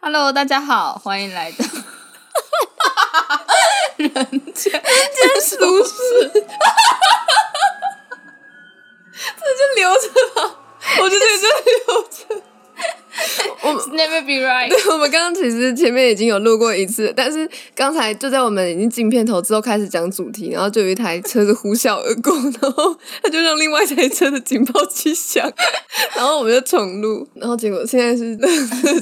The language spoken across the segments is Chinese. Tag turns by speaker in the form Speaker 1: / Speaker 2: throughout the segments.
Speaker 1: Hello，大家好，欢迎 来到人间人间俗世，这
Speaker 2: 就留着吧，我觉得这留着。我
Speaker 1: Never be right。
Speaker 2: 对我们刚刚其实前面已经有录过一次，但是刚才就在我们已经进片头之后开始讲主题，然后就有一台车子呼啸而过，然后它就让另外一台车的警报器响， 然后我们就重录，然后结果现在是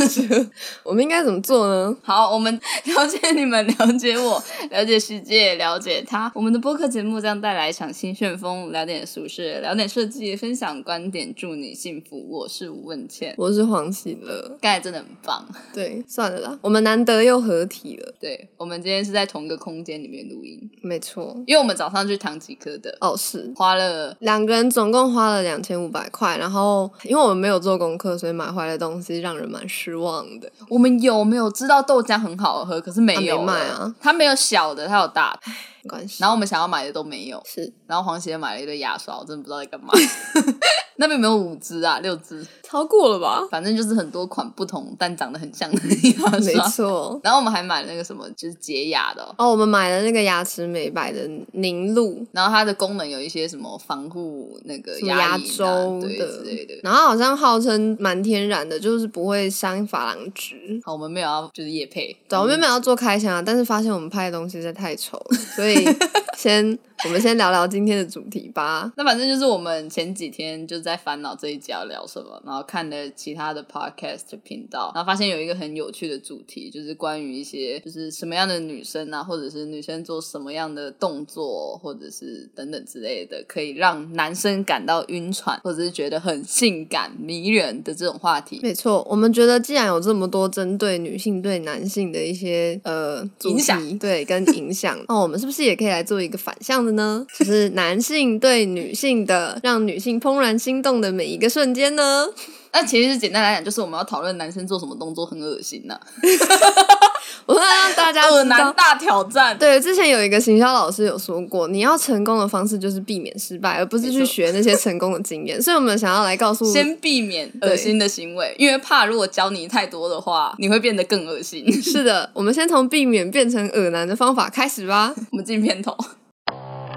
Speaker 2: 车，我们应该怎么做呢？
Speaker 1: 好，我们了解你们，了解我，了解世界，了解他。我们的播客节目将带来一场新旋风，聊点俗事，聊点设计，分享观点，祝你幸福。我是吴问倩，
Speaker 2: 我是黄喜乐，
Speaker 1: 刚才真的很棒。
Speaker 2: 对，算了啦，我们难得又合体了，
Speaker 1: 对我们今天是在同一个空间里面录音，
Speaker 2: 没错，
Speaker 1: 因为我们早上去唐吉诃德，
Speaker 2: 哦是，
Speaker 1: 花了
Speaker 2: 两个人总共花了两千五百块，然后因为我们没有做功课，所以买回来的东西让人蛮失望的。
Speaker 1: 我们有没有知道豆浆很好喝？可是没有
Speaker 2: 啊没卖啊，
Speaker 1: 它没有小的，它有大的。
Speaker 2: 没关系，
Speaker 1: 然后我们想要买的都没有，
Speaker 2: 是
Speaker 1: 然后黄姐买了一堆牙刷，我真的不知道在干嘛。 那边有没有五支啊，六支，
Speaker 2: 超过了吧？
Speaker 1: 反正就是很多款不同但长得很像的 牙
Speaker 2: 没
Speaker 1: 刷。
Speaker 2: 错。
Speaker 1: 然后我们还买了那个什么，就是洁牙的哦、
Speaker 2: 哦，我们买了那个牙齿美白的凝露，
Speaker 1: 然后它的功能有一些什么防护那个
Speaker 2: 什么
Speaker 1: 牙
Speaker 2: 牙
Speaker 1: 龈啊
Speaker 2: 周
Speaker 1: 对之
Speaker 2: 的
Speaker 1: 类的，。
Speaker 2: 然后好像号称蛮天然的，就是不会伤珐琅质。
Speaker 1: 好，我们没有要就是夜配，
Speaker 2: 对，我们没有要做开箱啊，但是发现我们拍的东西实在太丑了，所以先我们先聊聊今天的主题吧。
Speaker 1: 那反正就是我们前几天就在烦恼这一集要聊什么，然后看了其他的 podcast 频道，然后发现有一个很有趣的主题，就是关于一些就是什么样的女生啊，或者是女生做什么样的动作，或者是等等之类的，可以让男生感到晕船，或者是觉得很性感迷人的这种话题。
Speaker 2: 没错，我们觉得既然有这么多针对女性对男性的一些呃主
Speaker 1: 影响
Speaker 2: 题对跟影响，那我们是不是也可以来做一个反向的呢？ 就是男性对女性的，让女性怦然心动的每一个瞬间呢？
Speaker 1: 那其实简单来讲，就是我们要讨论男生做什么动作很恶心呐、
Speaker 2: 我要让 大家
Speaker 1: 恶
Speaker 2: 知
Speaker 1: 男
Speaker 2: 道。
Speaker 1: 大挑战。
Speaker 2: 对，之前有一个行销老师有说过，你要成功的方式就是避免失败，而不是
Speaker 1: 没错
Speaker 2: 去学那些成功的经验。所以，我们想要来告诉
Speaker 1: 先避免恶心的行为，因为怕如果教你太多的话，你会变得更恶心。
Speaker 2: 是的，我们先从避免变成恶男的方法开始吧。
Speaker 1: 我们进片头。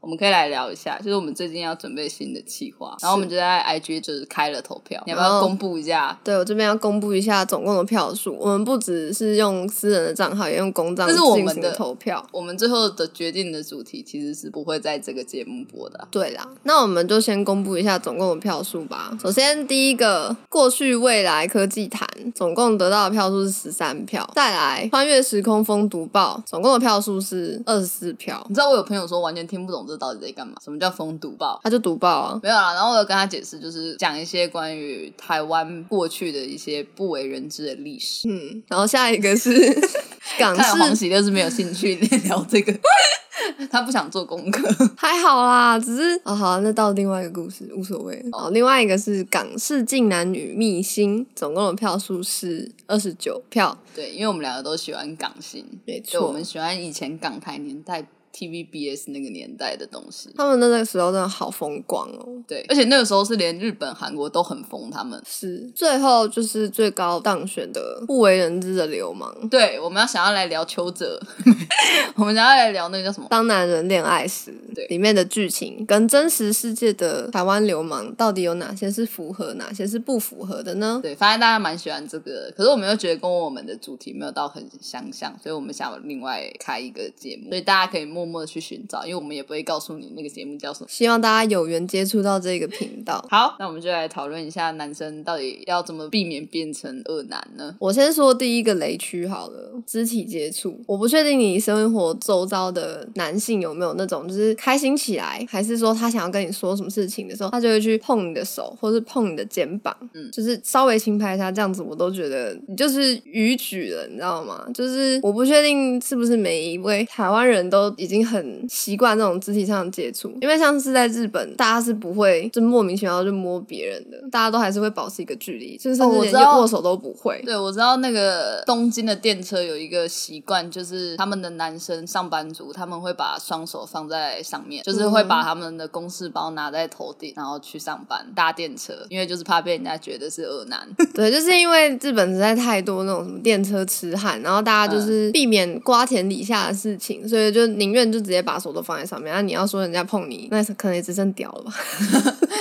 Speaker 1: 我们可以来聊一下，就是我们最近要准备新的企划，然后我们就在 IG 就是开了投票，你要不要
Speaker 2: 哦
Speaker 1: 公布一下？
Speaker 2: 对我这边要公布一下总共的票数，我们不只是用私人的账号，也用公账
Speaker 1: 这
Speaker 2: 进
Speaker 1: 是我们的
Speaker 2: 行投票。
Speaker 1: 我们最后的决定的主题其实是不会在这个节目播的啊，
Speaker 2: 对啦，那我们就先公布一下总共的票数吧。首先，第一个过去未来科技坛总共得到的票数是十三票，再来穿越时空风读报总共的票数是二十四票
Speaker 1: 你，知道我有朋友说完全听不懂这到底在干嘛，什么叫封毒报？
Speaker 2: 他就读报啊。
Speaker 1: 没有啦，然后我有跟他解释，就是讲一些关于台湾过去的一些不为人知的历史。
Speaker 2: 嗯，然后下一个是 港
Speaker 1: 看来黄
Speaker 2: 式，
Speaker 1: 喜乐是没有兴趣 聊这个，他不想做功课。
Speaker 2: 还好啦，只是哦好，那到另外一个故事无所谓。哦，另外一个是港式晋男女秘星，总共的票数是二十九票，
Speaker 1: 对，因为我们两个都喜欢港星，
Speaker 2: 没
Speaker 1: 所以我
Speaker 2: 错
Speaker 1: 们。喜欢以前港台年代 TVBS 那个年代的东西。
Speaker 2: 他们那个时候真的好风光哦，
Speaker 1: 对，而且那个时候是连日本、韩国都很疯他们。
Speaker 2: 是，最后就是最高当选的不为人知的流氓。
Speaker 1: 对，我们要想要来聊邱泽， 我们想要来聊那个叫什么？
Speaker 2: 当男人恋爱时
Speaker 1: 对，
Speaker 2: 里面的剧情跟真实世界的台湾流氓到底有哪些是符合，哪些是不符合的呢？
Speaker 1: 对，发现大家蛮喜欢这个，可是我们又觉得跟我们的主题没有到很相像，所以我们想另外开一个节目，所以大家可以默默的去寻找，因为我们也不会告诉你那个节目叫什么。
Speaker 2: 希望大家有缘接触到这个频道。
Speaker 1: 好，那我们就来讨论一下男生到底要怎么避免变成恶男呢？
Speaker 2: 我先说第一个雷区好了，肢体接触。我不确定你生活周遭的男性有没有那种，就是开心起来，还是说他想要跟你说什么事情的时候，他就会去碰你的手，或是碰你的肩膀，
Speaker 1: 嗯
Speaker 2: 就是稍微轻拍一下，这样子我都觉得你就是逾矩了，你知道吗？就是我不确定是不是每一位台湾人都已经经很习惯那种肢体上的接触，因为像是在日本，大家是不会就莫名其妙就摸别人的，大家都还是会保持一个距离，就是甚
Speaker 1: 哦
Speaker 2: 至
Speaker 1: 我
Speaker 2: 连
Speaker 1: 知道
Speaker 2: 握手都不会。
Speaker 1: 对，我知道那个东京的电车有一个习惯，就是他们的男生上班族，他们会把双手放在上面，就是会把他们的公事包拿在头顶，然后去上班搭电车，因为就是怕被人家觉得是恶男。
Speaker 2: 对，就是因为日本实在太多那种什么电车痴汉，然后大家就是避免瓜田李下的事情，所以就宁愿就直接把手都放在上面。那、你要说人家碰你，那可能也只剩屌了吧？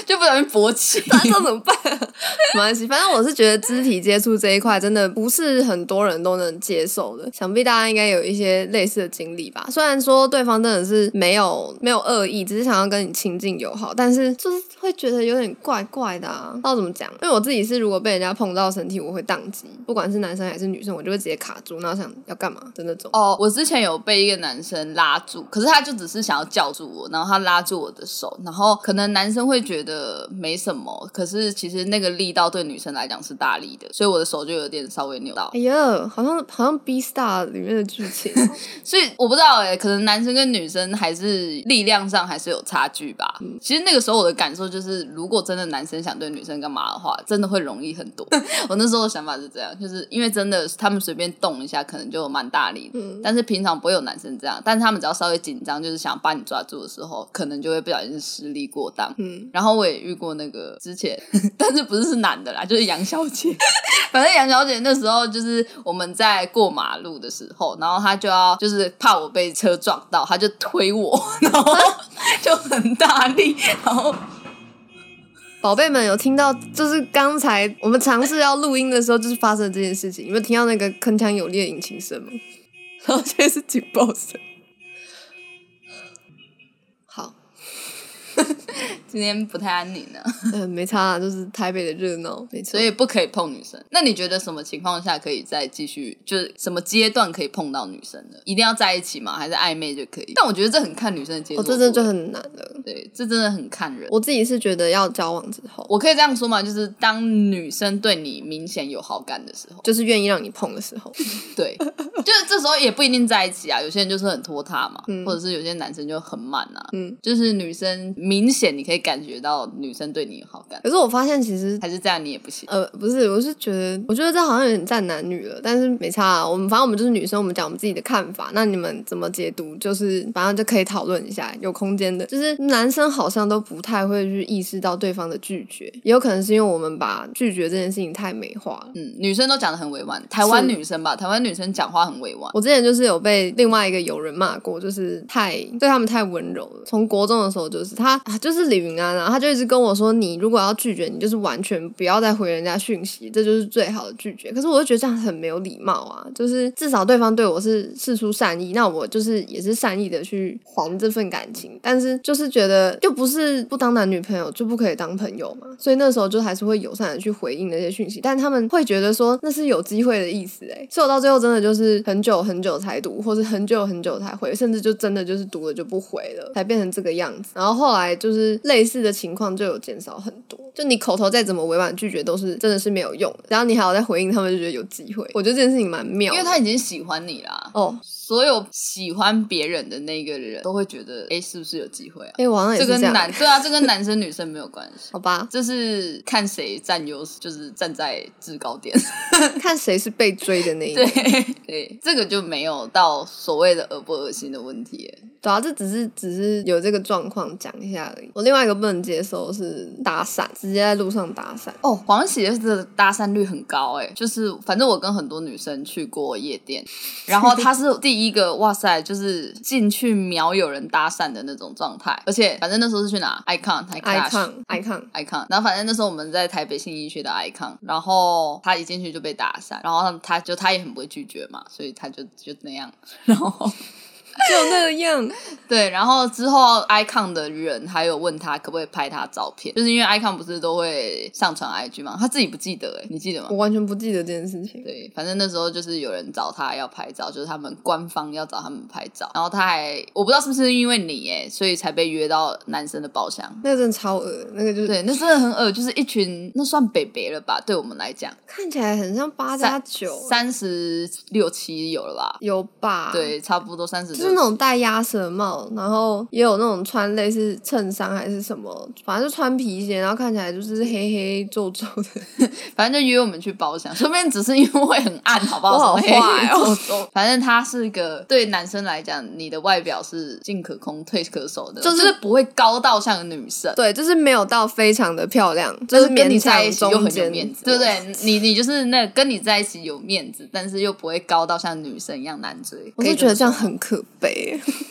Speaker 1: 就不小心勃起。
Speaker 2: 那这样怎么办、啊？ 没关系，反正我是觉得肢体接触这一块真的不是很多人都能接受的，想必大家应该有一些类似的经历吧。虽然说对方真的是没有没有恶意，只是想要跟你亲近友好，但是就是会觉得有点怪怪的啊。不知道怎么讲，因为我自己是如果被人家碰到身体，我会宕机，不管是男生还是女生，我就会直接卡住，然后想要干嘛的那种。
Speaker 1: 哦，我之前有被一个男生拉住，可是他就只是想要叫住我，然后他拉住我的手，然后可能男生会觉得没什么，可是其实那个力道对女生来讲是大力的，所以我的手就有点稍微扭到
Speaker 2: 哎。呀，好像好像《B Star》里面的剧情哦，
Speaker 1: 所以我不知道哎、可能男生跟女生还是力量上还是有差距吧。其实那个时候我的感受就是，如果真的男生想对女生干嘛的话，真的会容易很多。我那时候的想法是这样，就是因为真的他们随便动一下，可能就有蛮大力的。但是平常不会有男生这样，但是他们只要稍微紧张，就是想把你抓住的时候，可能就会不小心失力过当。
Speaker 2: 嗯
Speaker 1: 然后我也遇过那个之前， 但是不是是男的啦，就是杨小姐。 反正杨小姐那时候就是我们在过马路的时候，然后她就要就是怕我被车撞到，她就推我， 然后就很大力，然后
Speaker 2: 宝贝们有听到，就是刚才我们尝试要录音的时候，就是发生了这件事情。有没有听到那个铿锵有力的引擎声吗？然后现在是警报声。好，
Speaker 1: 今天不太安宁了，
Speaker 2: 嗯、没差啦，就是台北的热闹，没错。
Speaker 1: 所以不可以碰女生。那你觉得什么情况下可以再继续，就是什么阶段可以碰到女生呢？一定要在一起吗？还是暧昧就可以？但我觉得这很看女生的接受
Speaker 2: 哦，
Speaker 1: 度、欸
Speaker 2: 这真的就很难了。
Speaker 1: 对，这真的很看人。
Speaker 2: 我自己是觉得要交往之后，
Speaker 1: 我可以这样说嘛，就是当女生对你明显有好感的时候，
Speaker 2: 就是愿意让你碰 的时候，
Speaker 1: 对，就是这时候也不一定在一起啊。有些人就是很拖沓嘛，或者是有些男生就很慢啊。
Speaker 2: 嗯，
Speaker 1: 就是女生明显你可以感觉到女生对你有好感，
Speaker 2: 可是我发现其实
Speaker 1: 还是这样你也不行。
Speaker 2: 呃，不是，我是觉得，我觉得这好像有点占男女了，但是没差、啊。我们反正我们就是女生，我们讲我们自己的看法，那你们怎么解读，就是反正就可以讨论一下，有空间的。就是男生好像都不太会去意识到对方的拒绝，也有可能是因为我们把拒绝这件事情太美化了。
Speaker 1: 嗯，女生都讲的很委婉，台湾
Speaker 2: 是
Speaker 1: 女生吧，台湾女生讲话很委婉。
Speaker 2: 我之前就是有被另外一个友人骂过，就是太对他们太温柔了。从国中的时候，就是他啊就是李云安啊，他就一直跟我说，你如果要拒绝，你就是完全不要再回人家讯息，这就是最好的拒绝。可是我就觉得这样很没有礼貌啊，就是至少对方对我是事出善意，那我就是也是善意的去还这份感情，但是就是觉得又不是不当男女朋友就不可以当朋友嘛，所以那时候就还是会友善的去回应那些讯息，但他们会觉得说那是有机会的意思哎、所以我到最后真的就是很久很久才读，或是很久很久才回，甚至就真的就是读了就不回了，才变成这个样子。然后后来就是类似的情况就有减少很多，就你口头再怎么委婉拒绝都是真的是没有用的，然后你还要再回应他们就觉得有机会，我觉得这件事情蛮妙
Speaker 1: 因
Speaker 2: 的，
Speaker 1: 为他已经喜欢你啦，
Speaker 2: 哦。
Speaker 1: 所有喜欢别人的那个人都会觉得，哎，是不是有机会啊？
Speaker 2: 哎、我好像也
Speaker 1: 这
Speaker 2: 是这
Speaker 1: 跟
Speaker 2: 样
Speaker 1: 男对啊，这跟男生女生没有关系。
Speaker 2: 好吧，
Speaker 1: 这是看谁占优势，就是站在制高点。
Speaker 2: 看谁是被追的那一
Speaker 1: 对
Speaker 2: 个。
Speaker 1: 对，这个就没有到所谓的恶不恶心的问题耶。
Speaker 2: 对啊，这只是只是有这个状况讲一下而已。我另外一个不能接受是搭讪，直接在路上搭讪。
Speaker 1: 哦，黄喜的搭讪率很高哎，就是反正我跟很多女生去过夜店，然后她是第一个，哇塞，就是进去秒有人搭讪的那种状态，而且反正那时候是去哪 icon 还哎 Clash
Speaker 2: icon icon，
Speaker 1: icon，然后反正那时候我们在台北信义区的 icon，然后他一进去就被打散，然后他就他也很不会拒绝嘛，所以他就就那样， 然后
Speaker 2: 就那样。
Speaker 1: 对，然后之后 icon 的人还有问他可不可以拍他照片，就是因为 icon 不是都会上传 IG 吗？他自己不记得哎、你记得吗
Speaker 2: 我？完全不记得这件事情。
Speaker 1: 对，反正那时候就是有人找他要拍照，就是他们官方要找他们拍照，然后他还我不知道是不是因为你哎、所以才被约到男生的包厢。
Speaker 2: 那个真的超恶，那个就是
Speaker 1: 对，那真的很恶，就是一群那算北北了吧？对我们来讲，
Speaker 2: 看起来很像八加九，
Speaker 1: 三十六七有了吧？
Speaker 2: 有吧？啊
Speaker 1: 对，差不多三十
Speaker 2: 就就是那种戴鸭舌帽，然后也有那种穿类似衬衫还是什么，反正就穿皮鞋，然后看起来就是黑黑皱皱的。
Speaker 1: 反正就约我们去包厢，说不定只是因为很暗，好不好？
Speaker 2: 我好
Speaker 1: 什么黑
Speaker 2: 坏 哦
Speaker 1: 黑皱皱反正他是一个对男生来讲，你的外表是进可攻退可守的，
Speaker 2: 就是
Speaker 1: 是不会高到像女生。
Speaker 2: 对，就是没有到非常的漂亮，就
Speaker 1: 但是跟你
Speaker 2: 勉
Speaker 1: 在
Speaker 2: 强
Speaker 1: 一起又
Speaker 2: 中
Speaker 1: 很有
Speaker 2: 间，
Speaker 1: 面子，对不？对？你你就是那跟你在一起有面子，但是又不会高到像女生一样难追。
Speaker 2: 我
Speaker 1: 可
Speaker 2: 就
Speaker 1: 以
Speaker 2: 觉得这样
Speaker 1: 么说吗
Speaker 2: 很可悲。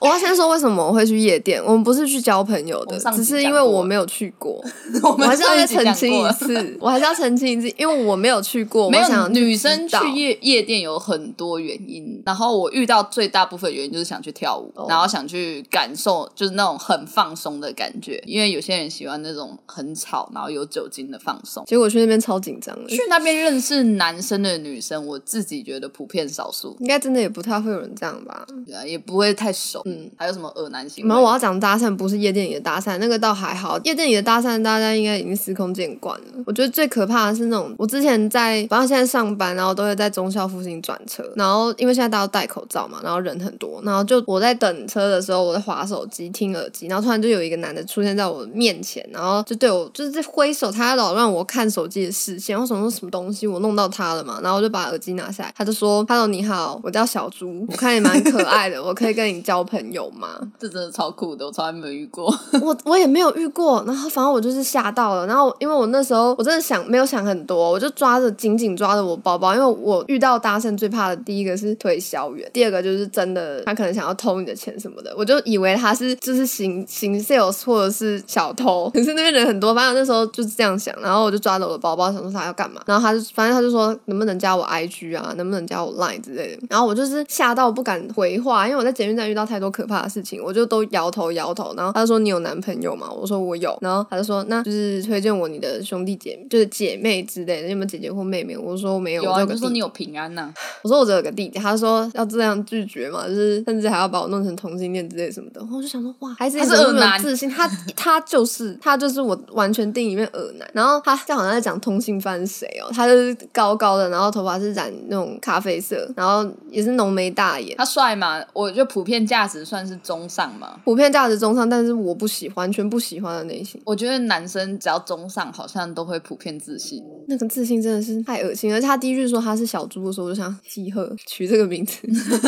Speaker 2: 我要先说为什么我会去夜店，我们不是去交朋友
Speaker 1: 我
Speaker 2: 的
Speaker 1: 们上，集
Speaker 2: 只是因为我没有去过，
Speaker 1: 我
Speaker 2: 我
Speaker 1: 们
Speaker 2: 还是要
Speaker 1: 上
Speaker 2: 再
Speaker 1: 一集
Speaker 2: 澄
Speaker 1: 讲
Speaker 2: 清
Speaker 1: 过
Speaker 2: 一
Speaker 1: 了
Speaker 2: 次，我还是要澄清一次，因为我没有去过，
Speaker 1: 没
Speaker 2: 我
Speaker 1: 有
Speaker 2: 想
Speaker 1: 女生
Speaker 2: 知
Speaker 1: 去
Speaker 2: 道
Speaker 1: 夜夜店有很多原因，然后我遇到最大部分原因就是想去跳舞，
Speaker 2: 哦
Speaker 1: 然后想去感受就是那种很放松的感觉，因为有些人喜欢那种很吵然后有酒精的放松。
Speaker 2: 结果去那边超紧张的
Speaker 1: 去，那边认识男生的女生，我自己觉得普遍少数，
Speaker 2: 应该真的也不太会有人这样吧？
Speaker 1: 对啊，也不会太熟。
Speaker 2: 嗯，啊
Speaker 1: 还有什么恶男行
Speaker 2: 然后
Speaker 1: 为？
Speaker 2: 我要讲搭讪，不是夜店里的搭讪，那个倒还好。夜店里的搭讪，大家应该已经司空见惯了。我觉得最可怕的是那种，我之前在，反正现在上班，然后都会在中校附近转车，然后因为现在大家都戴口罩嘛，然后人很多，然后就我在等车的时候，我在划手机听耳机，然后突然就有一个男的出现在我面前，然后就对我就是在挥手，他扰乱我看手机的视线，我想说什么东西，我弄到他了嘛，然后我就把耳机拿下来，他就说：“Hello，你好，我叫小猪，我看你蛮可爱的，我可以跟你交朋友吗？”
Speaker 1: 这真的超酷的，我从来没有遇过。
Speaker 2: 我我也没有遇过，然后反正我就是吓到了，然后因为我那时候我真的想没有想很多，我就抓着紧紧抓着我包包，因为我遇到搭讪最怕的第一个是推销员，第二个就是真的他可能想要偷你的钱什么的，我就以为他是就是行行 sales 或者是小偷，可是那边人很多，反正我那时候就是这样想，然后我就抓着我的包包想说他要干嘛，然后他就反正他就说能不能加我 IG 啊，能不能加我 Line 之类的，然后我就是吓到不敢回话，因为我在捷运站遇到太多可怕的事情，我就都摇头摇头，然后他就说你有男朋友吗？我说我有，然后他就说那就是推荐我你的兄弟姐就是姐妹之类的，你有没有姐姐或妹妹？我说我没有，
Speaker 1: 有
Speaker 2: 我
Speaker 1: 啊，
Speaker 2: 只有
Speaker 1: 你
Speaker 2: 个
Speaker 1: 就说你
Speaker 2: 弟弟
Speaker 1: 有平安呐、
Speaker 2: 我说我只有个弟弟，他说要这样拒绝嘛，就是甚至还要把我弄成同性恋之类什么的。然后我就想说，哇，孩子
Speaker 1: 他是
Speaker 2: 怎么
Speaker 1: 恶
Speaker 2: 那么
Speaker 1: 男
Speaker 2: 有自信，他他就是他就是我完全定义里面恶男。然后他这好像在讲通信犯是谁哦，他就是高高的，然后头发是染那种咖啡色，然后也是浓眉大眼。
Speaker 1: 他帅嘛，我觉得普遍价值算是中上嘛。
Speaker 2: 普遍价值中上，但是我不喜欢，完全不喜欢的类型。
Speaker 1: 我觉得男生只要中上，好像都会普遍自信。
Speaker 2: 那个自信真的是太恶心了，而且他第一句说他是小猪的时候，我就想集合取这个名字，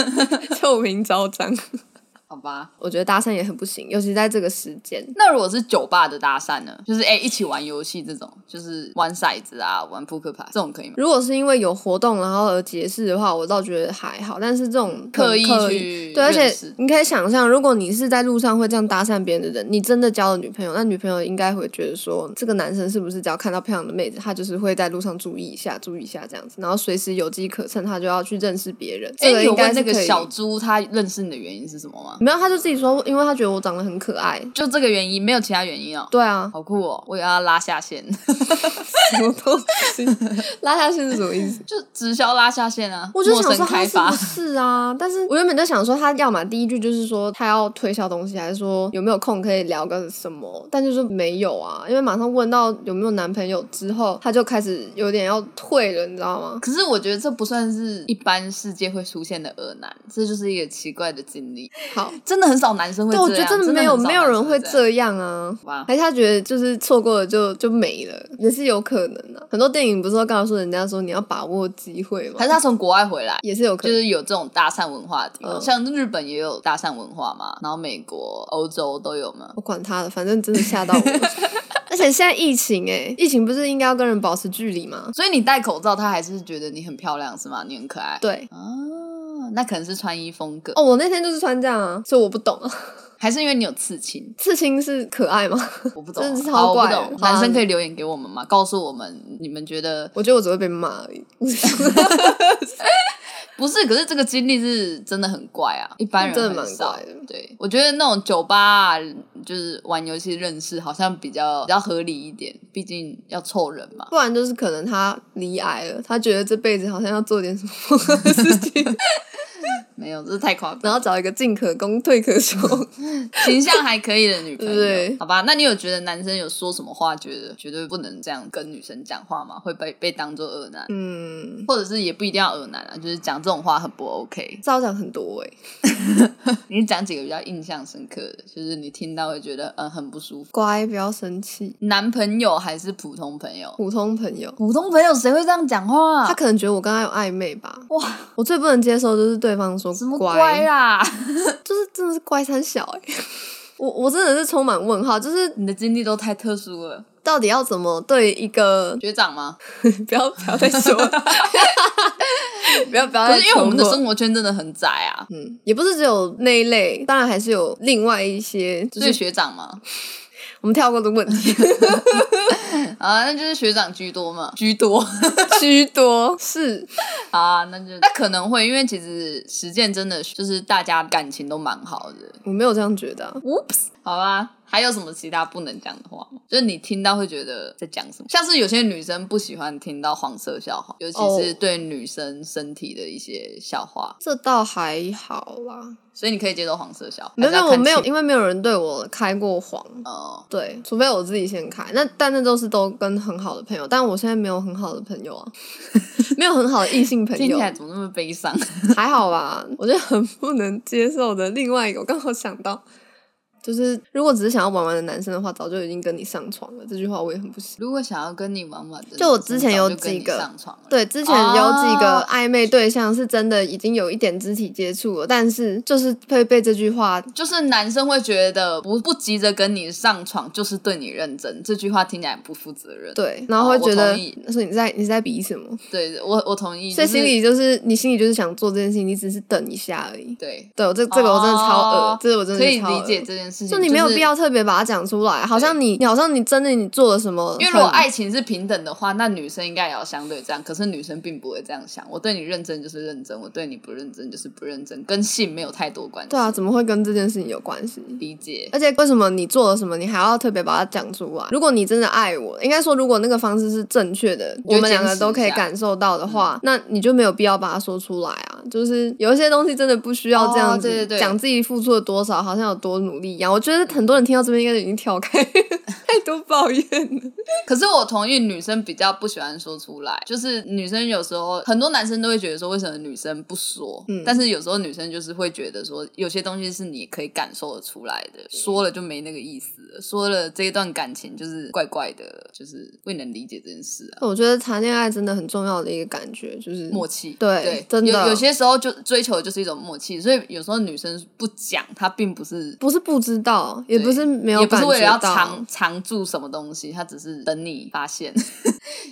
Speaker 2: 臭名 昭彰。
Speaker 1: 好吧，
Speaker 2: 我觉得搭讪也很不行，尤其在这个时间。
Speaker 1: 那如果是酒吧的搭讪呢？就是哎、一起玩游戏这种，就是玩骰子啊，玩扑克牌这种可以吗？
Speaker 2: 如果是因为有活动然后而结识的话，我倒觉得还好。但是这种很
Speaker 1: 刻意
Speaker 2: 刻意
Speaker 1: 去
Speaker 2: 对，而且
Speaker 1: 认识
Speaker 2: 你可以想象，如果你是在路上会这样搭讪别人的人，你真的交了女朋友，那女朋友应该会觉得说，这个男生是不是只要看到漂亮的妹子，他就是会在路上注意一下，注意一下这样子，然后随时有机可乘，他就要去认识别人。
Speaker 1: 哎、
Speaker 2: 这个
Speaker 1: 你有
Speaker 2: 应该
Speaker 1: 问那
Speaker 2: 是
Speaker 1: 个
Speaker 2: 可以。
Speaker 1: 小猪他认识你的原因是什么吗？
Speaker 2: 没有，他就自己说，因为他觉得我长得很可爱。
Speaker 1: 就这个原因，没有其他原因哦。
Speaker 2: 对啊，
Speaker 1: 好酷哦！我也要拉下线，
Speaker 2: 什么东西？拉下线是什么意思？
Speaker 1: 就直销拉下线啊！
Speaker 2: 我就
Speaker 1: 陌
Speaker 2: 想说
Speaker 1: 生
Speaker 2: 他
Speaker 1: 开
Speaker 2: 是不
Speaker 1: 发，
Speaker 2: 是啊？ 但是我原本就想说他要么第一句就是说他要推销东西，还是说有没有空可以聊个什么？但就是没有啊，因为马上问到有没有男朋友之后，他就开始有点要退了，你知道吗？
Speaker 1: 可是我觉得这不算是一般世界会出现的恶男，这就是一个奇怪的经历。
Speaker 2: 好，
Speaker 1: 真的很少男生会
Speaker 2: 对，
Speaker 1: 这样，
Speaker 2: 我觉得真的没有没有人会
Speaker 1: 这样。
Speaker 2: 这样啊。
Speaker 1: 好吧，
Speaker 2: 还是他觉得就是错过了就就没了，也是有可能啊的、很多电影不是都告诉人家说你要把握机会吗？
Speaker 1: 还是他从国外回来，
Speaker 2: 也是有可
Speaker 1: 就
Speaker 2: 能。
Speaker 1: 是有这种搭讪文化的地方，
Speaker 2: 嗯
Speaker 1: 像日本也有搭讪文化嘛，然后美国、欧洲都有嘛。
Speaker 2: 我管他的，反正真的吓到我 了。而且现在疫情哎、疫情不是应该要跟人保持距离吗？
Speaker 1: 所以你戴口罩，他还是觉得你很漂亮是吗？你很可爱。
Speaker 2: 对，
Speaker 1: 啊，那可能是穿衣风格，
Speaker 2: 哦，我那天就是穿这样啊，所以我不懂啊。
Speaker 1: 还是因为你有刺青？
Speaker 2: 刺青是可爱吗？
Speaker 1: 我不懂啊，
Speaker 2: 真的是
Speaker 1: 好
Speaker 2: 超
Speaker 1: 我不
Speaker 2: 怪
Speaker 1: 懂。
Speaker 2: 好啊
Speaker 1: 男生可以留言给我们吗？告诉我们你们觉得
Speaker 2: 我觉得我只会被骂而已。
Speaker 1: 不是，可是这个经历是真的很怪啊，一般人
Speaker 2: 真的蛮
Speaker 1: 很少
Speaker 2: 怪的
Speaker 1: 对，我觉得那种酒吧、啊、就是玩游戏认识，好像比较比较合理一点，毕竟要凑人嘛。
Speaker 2: 不然就是可能他离癌了，他觉得这辈子好像要做点什么事情。
Speaker 1: 没有，这太夸张。
Speaker 2: 然后找一个进可攻退可守。
Speaker 1: 形象还可以的女朋友，
Speaker 2: 对
Speaker 1: 好吧？那你有觉得男生有说什么话，觉得绝对不能这样跟女生讲话吗？会被被当做恶男，
Speaker 2: 嗯，
Speaker 1: 或者是也不一定要恶男啊，就是讲这种话很不 OK。
Speaker 2: 造讲很多哎、
Speaker 1: 你讲几个比较印象深刻的，就是你听到会觉得嗯很不舒服。
Speaker 2: 乖，不要生气。
Speaker 1: 男朋友还是普通朋友？
Speaker 2: 普通朋友，
Speaker 1: 普通朋友谁会这样讲话、
Speaker 2: 他可能觉得我跟他有暧昧吧。
Speaker 1: 啊哇，
Speaker 2: 我最不能接受就是对方说
Speaker 1: 什么啊乖 啦？
Speaker 2: 就是真的是乖三小哎、 我我真的是充满问号，就是
Speaker 1: 你的经历都太特殊了，
Speaker 2: 到底要怎么对一个
Speaker 1: 学长吗？
Speaker 2: 不要不要再 说 了，不要不要
Speaker 1: 可
Speaker 2: 再
Speaker 1: 是因为我们的
Speaker 2: 重复
Speaker 1: 生活圈真的很窄啊，
Speaker 2: 嗯，也不是只有那一类，当然还是有另外一些，就
Speaker 1: 所以
Speaker 2: 是
Speaker 1: 学长 嘛，
Speaker 2: 我们跳过的问题
Speaker 1: 啊，那就是学长居多嘛，居多。
Speaker 2: 居 多，是
Speaker 1: 好 啊，那就那可能会，因为其实实践真的就是大家感情都蛮好的。
Speaker 2: 我没有这样觉得啊、
Speaker 1: Oops，好吧，还有什么其他不能讲的话吗？就是你听到会觉得在讲什么？像是有些女生不喜欢听到黄色笑话，尤其是
Speaker 2: 哦
Speaker 1: 对女生身体的一些笑话，
Speaker 2: 这倒还好啦，
Speaker 1: 所以你可以接受黄色笑话。
Speaker 2: 没有
Speaker 1: 还是要
Speaker 2: 我
Speaker 1: 看
Speaker 2: 没有，
Speaker 1: 情
Speaker 2: 因为没有人对我开过黄，
Speaker 1: 哦，
Speaker 2: 对，除非我自己先开，那但那都是都跟很好的朋友，但我现在没有很好的朋友啊， 没有很好的异性朋
Speaker 1: 听起
Speaker 2: 友，啊
Speaker 1: 来怎么那么悲 伤？
Speaker 2: 还好吧，我觉得很不能接受的。另外一个，我刚好想到，就是如果只是想要玩玩的男生的话，早就已经跟你上床了。这句话我也很不喜。
Speaker 1: 如果想要跟你玩玩的，
Speaker 2: 就我之前有
Speaker 1: 早就跟
Speaker 2: 几个
Speaker 1: 你上床了，
Speaker 2: 对，之前有几个
Speaker 1: 哦
Speaker 2: 暧昧对象是真的已经有一点肢体接触了，但是就是会被这句话，
Speaker 1: 就是男生会觉得不不急着跟你上床，就是对你认真。这句话听起来很不负责任。
Speaker 2: 对，然后会觉
Speaker 1: 哦我
Speaker 2: 得
Speaker 1: 同意
Speaker 2: 说你在你在比什么？
Speaker 1: 对，我我同意。
Speaker 2: 所以
Speaker 1: 就是
Speaker 2: 心里就是你心里就是想做这件事情，你只是等一下而已。
Speaker 1: 对，
Speaker 2: 对，我这这个我真的超恶，
Speaker 1: 哦
Speaker 2: 这个我真的
Speaker 1: 可
Speaker 2: 是
Speaker 1: 以
Speaker 2: 超
Speaker 1: 理
Speaker 2: 恶
Speaker 1: 解这件事情。
Speaker 2: 就你没有
Speaker 1: 是
Speaker 2: 必要特别把它讲出来，好像你你好像你真的你做了什么很，
Speaker 1: 因为如果爱情是平等的话，那女生应该也要相对这样。可是女生并不会这样想，我对你认真就是认真，我对你不认真就是不认真，跟性没有太多关系。
Speaker 2: 对啊，，怎么会跟这件事情有关系？
Speaker 1: 理解。
Speaker 2: 而且为什么你做了什么，你还要特别把它讲出来？如果你真的爱我，应该说，如果那个方式是正确的，
Speaker 1: 你就
Speaker 2: 我们两
Speaker 1: 坚
Speaker 2: 个
Speaker 1: 持
Speaker 2: 都可
Speaker 1: 一
Speaker 2: 以
Speaker 1: 下
Speaker 2: 感受到的话，
Speaker 1: 嗯
Speaker 2: 那你就没有必要把它说出来啊。就是有一些东西真的不需要这样
Speaker 1: 哦
Speaker 2: 子
Speaker 1: 对对对
Speaker 2: 讲自己付出了多少，好像有多努力一样。我觉得很多人听到这边应该已经 跳开，太多抱怨了。
Speaker 1: 可是我同意女生比较不喜欢说出来，就是女生有时候很多男生都会觉得说，为什么女生不说？
Speaker 2: 嗯
Speaker 1: 但是有时候女生就是会觉得说，有些东西是你可以感受得出来
Speaker 2: 嗯
Speaker 1: 的，说了就没那个意思了，说了这一段感情就是怪怪的了，就是未能理解这件事啊。
Speaker 2: 我觉得谈恋爱真的很重要的一个感觉就是
Speaker 1: 默契，
Speaker 2: 对
Speaker 1: 对，
Speaker 2: 真的
Speaker 1: 有有些时候就追求的就是一种默契，所以有时候女生不讲，她并不是
Speaker 2: 不是不知道，也不是没有
Speaker 1: 也不
Speaker 2: 感
Speaker 1: 是
Speaker 2: 觉
Speaker 1: 为了要
Speaker 2: 到
Speaker 1: 藏藏住什么东西，他只是等你发现。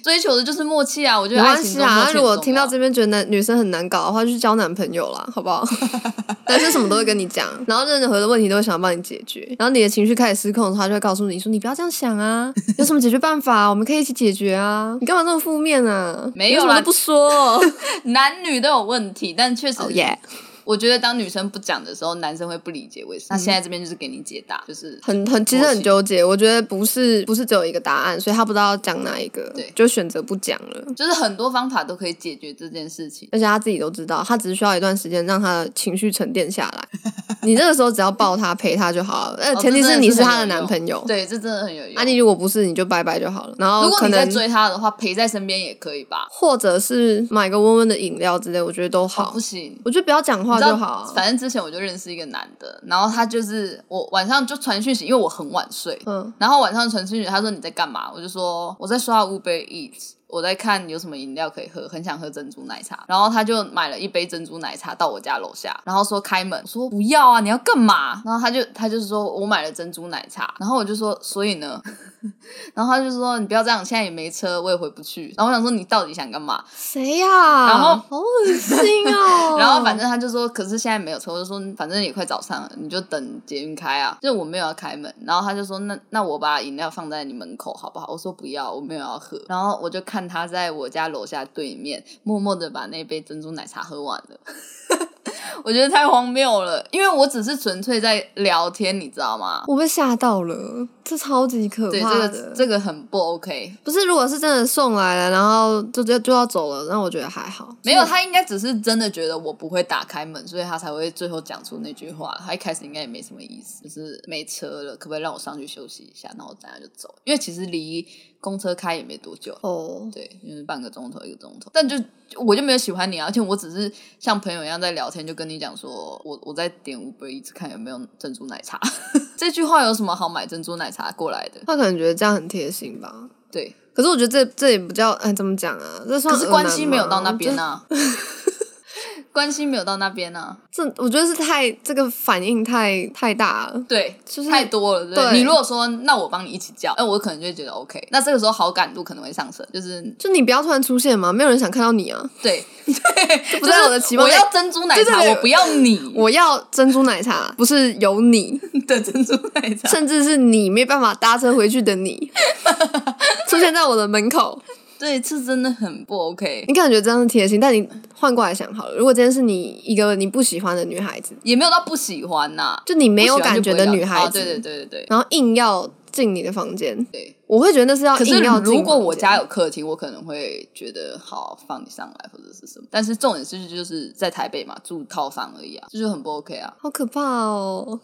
Speaker 1: 追求的就是默契啊！我觉
Speaker 2: 没
Speaker 1: 得爱
Speaker 2: 关
Speaker 1: 情
Speaker 2: 系
Speaker 1: 中
Speaker 2: 啊，
Speaker 1: 默
Speaker 2: 那
Speaker 1: 契
Speaker 2: 如果
Speaker 1: 很重
Speaker 2: 听到
Speaker 1: 要
Speaker 2: 这边觉得男女生很难搞的话，就去交男朋友啦， 好不好？男生什么都会跟你讲，然后任何的问题都会想要帮你解决，然后你的情绪开始失控的时候，他就会告诉你说：“你不要这样想啊， 有什么解决办法，我们可以一起解决啊，你干嘛这么负面啊？
Speaker 1: 没有
Speaker 2: 有什么
Speaker 1: 啦
Speaker 2: 都不说。
Speaker 1: 男女都有问题，但确实
Speaker 2: 哦耶
Speaker 1: 我觉得当女生不讲的时候，男生会不理解
Speaker 2: 嗯
Speaker 1: 为什么。那现在这边就是给你解答，就是
Speaker 2: 很很其实很纠结，我觉得不是不是只有一个答案，所以他不知道要讲哪一个
Speaker 1: 对，
Speaker 2: 就选择不讲了。
Speaker 1: 就是很多方法都可以解决这件事情。
Speaker 2: 而且他自己都知道，他只是需要一段时间让他的情绪沉淀下来。 你这个时候只要抱他陪他就好了，呃，
Speaker 1: 哦
Speaker 2: 前提
Speaker 1: 这真
Speaker 2: 是
Speaker 1: 的
Speaker 2: 你
Speaker 1: 是很
Speaker 2: 他的
Speaker 1: 有
Speaker 2: 男
Speaker 1: 用
Speaker 2: 朋友。
Speaker 1: 对，这真的很有用。
Speaker 2: Oh 啊，你如果不是，你就拜拜就好了。然后
Speaker 1: 如果
Speaker 2: 可
Speaker 1: 你在
Speaker 2: 能
Speaker 1: 追他的话，陪在身边也可以吧？
Speaker 2: 或者是买个温温的饮料之类，我觉得都
Speaker 1: 哦
Speaker 2: 好
Speaker 1: 不。行，
Speaker 2: 我觉得不要讲话
Speaker 1: 你知
Speaker 2: 就
Speaker 1: 道
Speaker 2: 好啊。
Speaker 1: 反正之前我就认识一个男的，然后他就是我晚上就传讯息，因为我很晚睡，
Speaker 2: 嗯，
Speaker 1: 然后晚上传讯息，他说你在干嘛？我就说我在刷 Uber Eats，我在看有什么饮料可以喝，很想喝珍珠奶茶。然后他就买了一杯珍珠奶茶到我家楼下，然后说开门，我说不要啊，你要干嘛？然后他就他就是说我买了珍珠奶茶，然后我就说所以呢， 然后他就说你不要这样，现在也没车，我也回不去。然后我想说你到底想干嘛？
Speaker 2: 谁呀？
Speaker 1: 然后
Speaker 2: 好恶心哦。
Speaker 1: 然后反正他就说，可是现在没有车，我就说反正也快早上了，你就等捷运开啊。就我没有要开门，然后他就说那那我把饮料放在你门口好不好？我说不要，我没有要喝。然后我就看他在我家楼下对面默默的把那杯珍珠奶茶喝完了。 我觉得太荒谬了，因为我只是纯粹在聊天，你知道吗？
Speaker 2: 我被吓到了，这超级可
Speaker 1: 对，这
Speaker 2: 怕的。
Speaker 1: 个这个很不 OK。
Speaker 2: 不是，如果是真的送来了，然后就就就要走了，那我觉得还好。
Speaker 1: 没有，他应该只是真的觉得我不会打开门，所以他才会最后讲出那句话。他一开始应该也没什么意思，就是没车了，可不可以让我上去休息一下？那我等下就走，因为其实离公车开也没多久，
Speaker 2: 哦，
Speaker 1: 对，就是半个钟头一个钟头，但就我就没有喜欢你啊，而且我只是像朋友一样在聊天，就跟你讲说我我在点五杯，一直看有没有珍珠奶茶。 这句话有什么好买珍珠奶茶过来的？
Speaker 2: 他可能觉得这样很贴心吧。
Speaker 1: 对，
Speaker 2: 可是我觉得这这也不叫哎，怎么讲啊？这算
Speaker 1: 可是
Speaker 2: 恶
Speaker 1: 关
Speaker 2: 男
Speaker 1: 系
Speaker 2: 吗
Speaker 1: 没有到那边啊，关系没有到那边啊，
Speaker 2: 这这我觉得是太这个反应太太大了。
Speaker 1: 对，
Speaker 2: 就是
Speaker 1: 太多了。对不对
Speaker 2: 对
Speaker 1: 你如果说那我帮你一起叫，那我可能就会觉得 OK，那这个时候好感度可能会上升，就是
Speaker 2: 就你不要突然出现嘛，没有人想看到你啊！
Speaker 1: 对，
Speaker 2: 不在我的期望
Speaker 1: 我
Speaker 2: 内
Speaker 1: 要珍珠奶
Speaker 2: 对对
Speaker 1: 茶，
Speaker 2: 对
Speaker 1: 我不要你，
Speaker 2: 我要珍珠奶茶，不是有你，
Speaker 1: 的珍珠奶茶。
Speaker 2: 甚至是你没办法搭车回去 的你，出现在我的门口。
Speaker 1: 对，这真的很不 OK。
Speaker 2: 你感觉这样是贴心，但你换过来想好了，如果今天是你一个你不喜欢的女孩子，
Speaker 1: 也没有到不喜欢呐、
Speaker 2: 就你没有
Speaker 1: 不喜欢
Speaker 2: 感
Speaker 1: 就不会
Speaker 2: 觉的
Speaker 1: 聊
Speaker 2: 女孩子，
Speaker 1: 啊对对对对对
Speaker 2: 然后硬要进你的房间，
Speaker 1: 对。
Speaker 2: 我会觉得那是要
Speaker 1: 可是
Speaker 2: 硬要进房间。
Speaker 1: 如果我家有客厅，我可能会觉得好放你上来或者是什么，但是重点是就是在台北嘛，住套房而已啊，这就很不 OK 啊。
Speaker 2: 好可怕哦，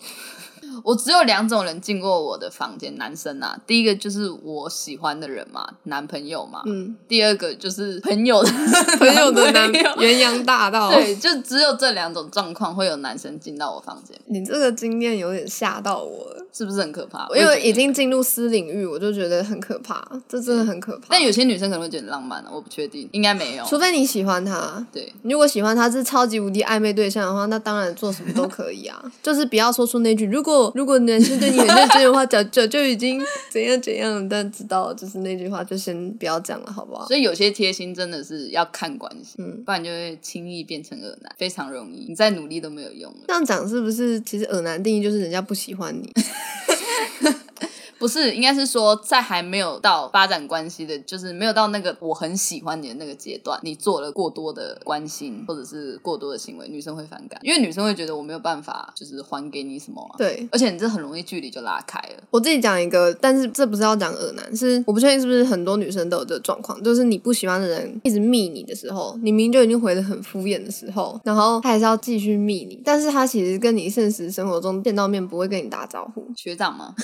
Speaker 1: 我只有两种人进过我的房间，男生啊，第一个就是我喜欢的人嘛，男朋友嘛，
Speaker 2: 嗯，
Speaker 1: 第二个就是朋友的
Speaker 2: 朋友的男
Speaker 1: 男朋友
Speaker 2: 元阳大道，
Speaker 1: 对，就只有这两种状况会有男生进到我房间，
Speaker 2: 你这个经验有点吓到我了。
Speaker 1: 是不是很可怕？
Speaker 2: 因为
Speaker 1: 已
Speaker 2: 已
Speaker 1: 经。
Speaker 2: 经进入私领域，我就觉得很可怕，这真的很可怕。
Speaker 1: 但有些女生可能会觉得浪漫啊，我不确定，应该没有。
Speaker 2: 除非你喜欢他，
Speaker 1: 对
Speaker 2: 如果喜欢他是超级无敌暧昧对象的话，那当然做什么都可以啊， 就是不要说出那句“如果如果男生对你很认真的话，早早就已经怎样怎样”，但知道就是那句话就先不要讲了，好不好？
Speaker 1: 所以有些贴心真的是要看关系，
Speaker 2: 嗯
Speaker 1: 不然就会轻易变成恶男，非常容易。你再努力都没有用了。
Speaker 2: 这样讲是不是其实耳男定义就是人家不喜欢你？
Speaker 1: 不是，应该是说在还没有到发展关系的，就是没有到那个我很喜欢你的那个阶段，你做了过多的关心或者是过多的行为，女生会反感，因为女生会觉得我没有办法就是还给你什么、啊。
Speaker 2: 对，
Speaker 1: 而且你这很容易距离就拉开了，
Speaker 2: 我自己讲一个，但是这不是要讲耳男，是我不确定是不是很多女生都有这个状况，就是你不喜欢的人一直密你的时候，你明明就已经回的很敷衍的时候，然后他还是要继续密你，但是他其实跟你现实生活中见到面不会跟你打招呼。
Speaker 1: 学长 吗？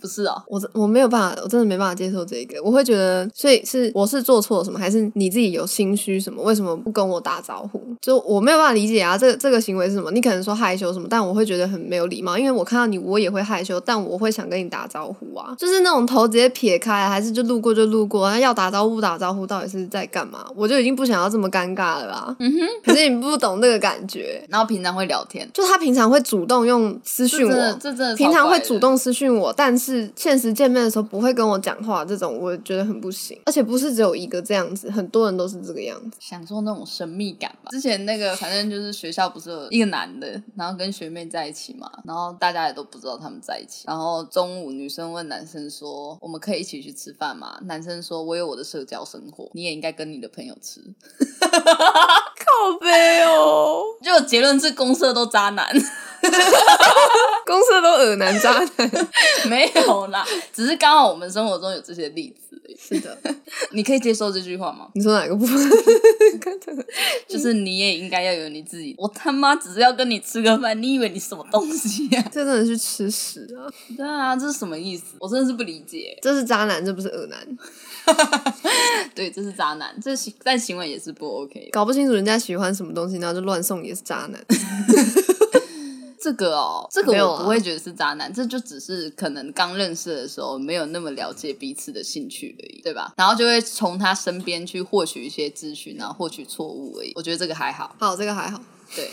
Speaker 1: 不是哦，
Speaker 2: 我真我没有办法，我真的没办法接受这个，我会觉得，所以是我是做错了什么，还是你自己有心虚什么？为什么不跟我打招呼？就我没有办法理解啊，这个这个行为是什么？你可能说害羞什么，但我会觉得很没有礼貌，因为我看到你，我也会害羞，但我会想跟你打招呼啊，就是那种头直接撇开，啊还是就路过就路过，然后要打招呼不打招呼，到底是在干嘛？我就已经不想要这么尴尬了啦。嗯哼，可是你不懂那个感觉，
Speaker 1: 然后平常会聊天，
Speaker 2: 就他平常会主动用私
Speaker 1: 这
Speaker 2: 讯
Speaker 1: 真
Speaker 2: 我，
Speaker 1: 的这真的超
Speaker 2: 平常
Speaker 1: 怪
Speaker 2: 会
Speaker 1: 的
Speaker 2: 主动私讯我，但是现实见面的时候不会跟我讲话，这种我觉得很不行。而且不是只有一个这样子，很多人都是这个样 子。
Speaker 1: 享受那种神秘感吧。之前那个反正就是学校不是有一个男的，然后跟学妹在一起嘛，然后大家也都不知道他们在一起。然后中午女生问男生说：“我们可以一起去吃饭吗？”男生说：“我有我的社交生活，你也应该跟你的朋友吃。
Speaker 2: 好悲哦，”
Speaker 1: 就结论是公社都渣男，
Speaker 2: 公司都耳男渣 男。
Speaker 1: 没有啦，只是刚好我们生活中有这些例子而已。
Speaker 2: 是的，
Speaker 1: 你可以接受这句话吗？
Speaker 2: 你说哪个部分？
Speaker 1: 就是你也应该要有你自己。我他妈只是要跟你吃个饭，你以为你什么东西啊呀、
Speaker 2: 这真的是吃屎啊！
Speaker 1: 对啊，这是什么意思？我真的是不理解。
Speaker 2: 这是渣男，这不是耳男，
Speaker 1: 对，这是渣男，这行但行为也是不 OK 的。
Speaker 2: 搞不清楚人家喜欢什么东西，然后就乱送也是渣 男。
Speaker 1: 这个哦，这个
Speaker 2: 没有
Speaker 1: 我
Speaker 2: 啊
Speaker 1: 不会觉得是渣男，这就只是可能刚认识的时候没有那么了解彼此的兴趣而已，对吧？然后就会从他啊身边去获取一些资讯，然后获取错误而已。我觉得这个还好，
Speaker 2: 好，这个还好。
Speaker 1: 对。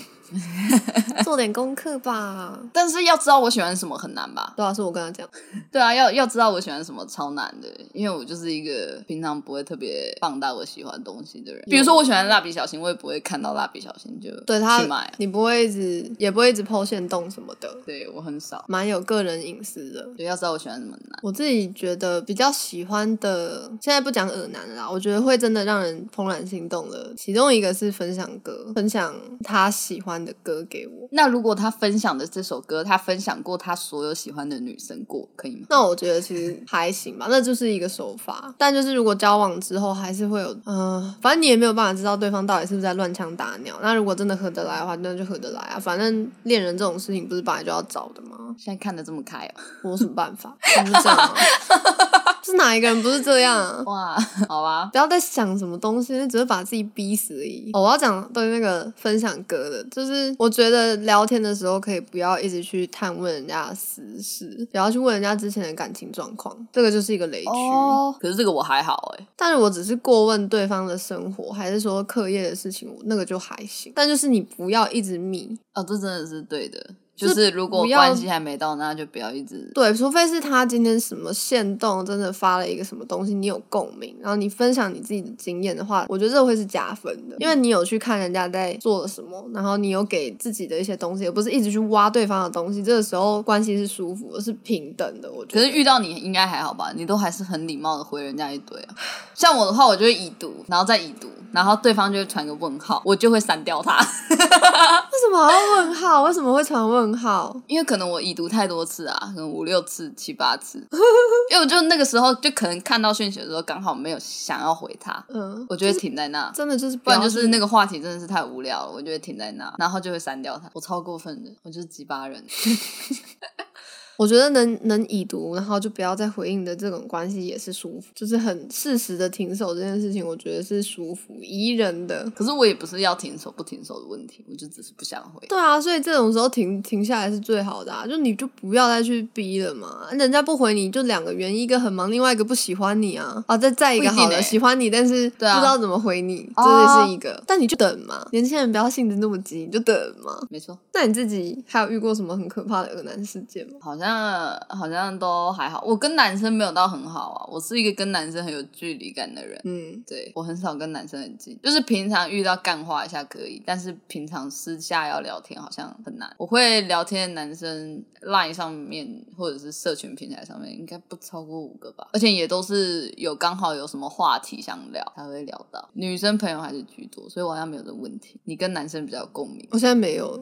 Speaker 2: 做点功课吧。
Speaker 1: 但是要知道我喜欢什么很难吧？
Speaker 2: 对啊，是我跟他讲，
Speaker 1: 对啊，要要知道我喜欢什么超难的，因为我就是一个平常不会特别放大我喜欢的东西的人。比如说我喜欢蜡笔小新，我也不会看到蜡笔小新就
Speaker 2: 对他
Speaker 1: 去买，，
Speaker 2: 你不会一直也不会一直抛线动什么的，
Speaker 1: 对我很少。
Speaker 2: 蛮有个人隐私的。
Speaker 1: 对，要知道我喜欢什么很难。
Speaker 2: 我自己觉得比较喜欢的，现在不讲耳男了啦，我觉得会真的让人怦然心动的，其中一个是分享歌，分享他喜欢的歌给我。
Speaker 1: 那如果他分享的这首歌，他分享过他所有喜欢的女生过，可以吗？
Speaker 2: 那我觉得其实还行吧，那就是一个手法。但就是如果交往之后，还是会有，呃，反正你也没有办法知道对方到底是不是在乱枪打鸟。那如果真的合得来的话，那就合得来啊。反正恋人这种事情不是本来就要找的吗？
Speaker 1: 现在看的这么开哦，
Speaker 2: 我有什么办法？就是这样、啊，是哪一个人不是这样、啊？
Speaker 1: 哇，好啊吧，
Speaker 2: 不要再想什么东西，只是把自己逼死而已。哦，我要讲对那个分享歌的，就是我觉得聊天的时候可以不要一直去探问人家的私事，不要去问人家之前的感情状况，这个就是一个雷区。
Speaker 1: 哦，可是这个我还好哎、
Speaker 2: 但是我只是过问对方的生活，还是说课业的事情，那个就还行。但就是你不要一直密，
Speaker 1: 哦，这真的是对的，
Speaker 2: 就
Speaker 1: 就是是如果
Speaker 2: 不要
Speaker 1: 关系还没到，那就不要一直
Speaker 2: 对，除非是他今天什么线动真的发了一个什么东西，你有共鸣，然后你分享你自己的经验的话，我觉得这会是加分的，因为你有去看人家在做了什么，然后你有给自己的一些东西，而不是一直去挖对方的东西。这个时候关系是舒服的，是平等的。我觉
Speaker 1: 可
Speaker 2: 得，
Speaker 1: 是遇到你应该还好吧？你都还是很礼貌的回人家一堆啊。像我的话，我就会已读，然后再已读，然后对方就会传个问号，我就会删掉他，
Speaker 2: 为什么还要问号？为什么会传问号？
Speaker 1: 因为可能我已读太多次啊，可能五六次、七八次， 因为我就那个时候就可能看到讯息的时候，刚好没有想要回他，
Speaker 2: 嗯，
Speaker 1: 我就会停在那。
Speaker 2: 真的就是不
Speaker 1: 不然
Speaker 2: 要
Speaker 1: 就是那个话题真的是太无聊了，我就会停在那，然后就会删掉他。我超过分的，我就是鸡巴人。
Speaker 2: 我觉得能能已读，然后就不要再回应的这种关系也是舒服，就是很适时的停手这件事情，我觉得是舒服宜人的。
Speaker 1: 可是我也不是要停手不停手的问题，我就只是不想回。
Speaker 2: 对啊，所以这种时候停停下来是最好的啊，就你就不要再去逼了嘛。人家不回你就两个原因，一个很忙，另外一个不喜欢你啊。啊，再再一个
Speaker 1: 不一定
Speaker 2: 好了，
Speaker 1: 欸
Speaker 2: 喜欢你，但是不知
Speaker 1: 对啊
Speaker 2: 道怎么回你，这
Speaker 1: 哦
Speaker 2: 也是一个。但你就等嘛，年轻人不要性子那么急，你就等嘛。
Speaker 1: 没错，
Speaker 2: 那你自己还有遇过什么很可怕的恶男事件吗？
Speaker 1: 好像好像都还好。我跟男生没有到很好啊，我是一个跟男生很有距离感的人。
Speaker 2: 嗯，
Speaker 1: 对我很少跟男生很近，就是平常遇到干话一下可以，但是平常私下要聊天好像很难。我会聊天的男生，Line 上面或者是社群平台上面应该不超过五个吧，而且也都是有刚好有什么话题想聊才会聊到。女生朋友还是居多，所以我好像没有这个问题。你跟男生比较有共鸣，
Speaker 2: 我现在没有 了，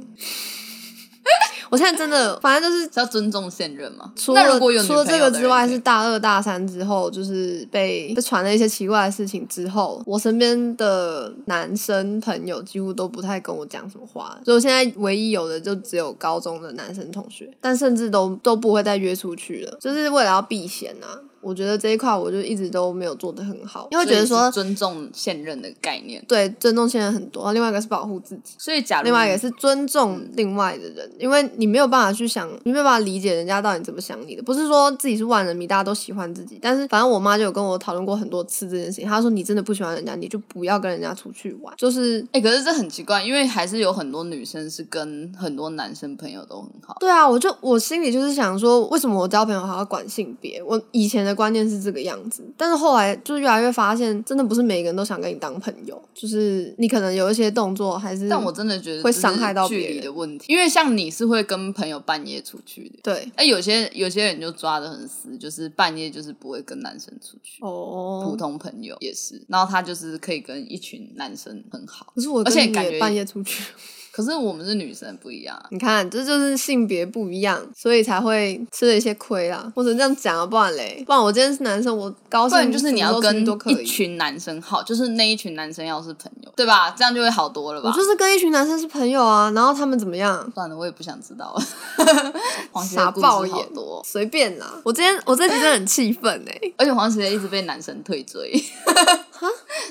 Speaker 2: 我现在真的，反正就是
Speaker 1: 是要尊重现任吗？
Speaker 2: 除
Speaker 1: 那
Speaker 2: 了
Speaker 1: 如果有女
Speaker 2: 除了这
Speaker 1: 朋友
Speaker 2: 个
Speaker 1: 的
Speaker 2: 之
Speaker 1: 人
Speaker 2: 外，
Speaker 1: 可以
Speaker 2: 是大二大三之后，就是被被传了一些奇怪的事情之后，我身边的男生朋友几乎都不太跟我讲什么话，所以我现在唯一有的就只有高中的男生同学，但甚至都都不会再约出去了，就是为了要避嫌啊。我觉得这一块我就一直都没有做的很好，因为
Speaker 1: 所
Speaker 2: 觉
Speaker 1: 以
Speaker 2: 得
Speaker 1: 是
Speaker 2: 说
Speaker 1: 尊重现任的概念。
Speaker 2: 对尊重现在很多，另外一个是保护自己。
Speaker 1: 所以，假如
Speaker 2: 另外一个是尊重
Speaker 1: 嗯
Speaker 2: 另外的人，因为你没有办法去想，你没有办法理解人家到底怎么想你的。不是说自己是万人迷，大家都喜欢自己，但是反正我妈就有跟我讨论过很多次这件事情。她说你真的不喜欢人家，你就不要跟人家出去玩，就是。
Speaker 1: 哎、可是这很奇怪，因为还是有很多女生是跟很多男生朋友都很好。
Speaker 2: 对啊，我就我心里就是想说，为什么我交朋友还要管性别？我以前的观念是这个样子，但是后来就是越来越发现，真的不是每个人都想跟你当朋友，就是你可能有一些动作还是……
Speaker 1: 但我真的觉得
Speaker 2: 嗯会
Speaker 1: 这是
Speaker 2: 伤害到
Speaker 1: 距
Speaker 2: 别
Speaker 1: 离
Speaker 2: 人
Speaker 1: 的问题，因为像你是会跟朋友半夜出去的，
Speaker 2: 对
Speaker 1: 哎，有些有些人就抓的很死，就是半夜就是不会跟男生出去。
Speaker 2: 哦，
Speaker 1: 普通朋友也是，然后他就是可以跟一群男生很好，
Speaker 2: 可是我
Speaker 1: 而且
Speaker 2: 跟你
Speaker 1: 感
Speaker 2: 也
Speaker 1: 觉
Speaker 2: 半夜出去。
Speaker 1: 可是我们是女生不一样啊。
Speaker 2: 你看，这就是性别不一样，所以才会吃了一些亏啦。我只能这样讲啊，不然嘞，不然我今天是男生，我高
Speaker 1: 不
Speaker 2: 兴
Speaker 1: 然就是你要
Speaker 2: 什么时候出
Speaker 1: 跟
Speaker 2: 去都可
Speaker 1: 一
Speaker 2: 以。
Speaker 1: 群男生好，就是那一群男生要是朋友，对吧？这样就会好多了吧？
Speaker 2: 我就是跟一群男生是朋友啊，然后他们怎么样？
Speaker 1: 算了，我也不想知道了。 黄杰
Speaker 2: 傻
Speaker 1: 的故事
Speaker 2: 爆
Speaker 1: 好
Speaker 2: 眼
Speaker 1: 多哦，
Speaker 2: 随便啦。我今天我这集真的很气愤哎，
Speaker 1: 而且黄杰一直被男生退追。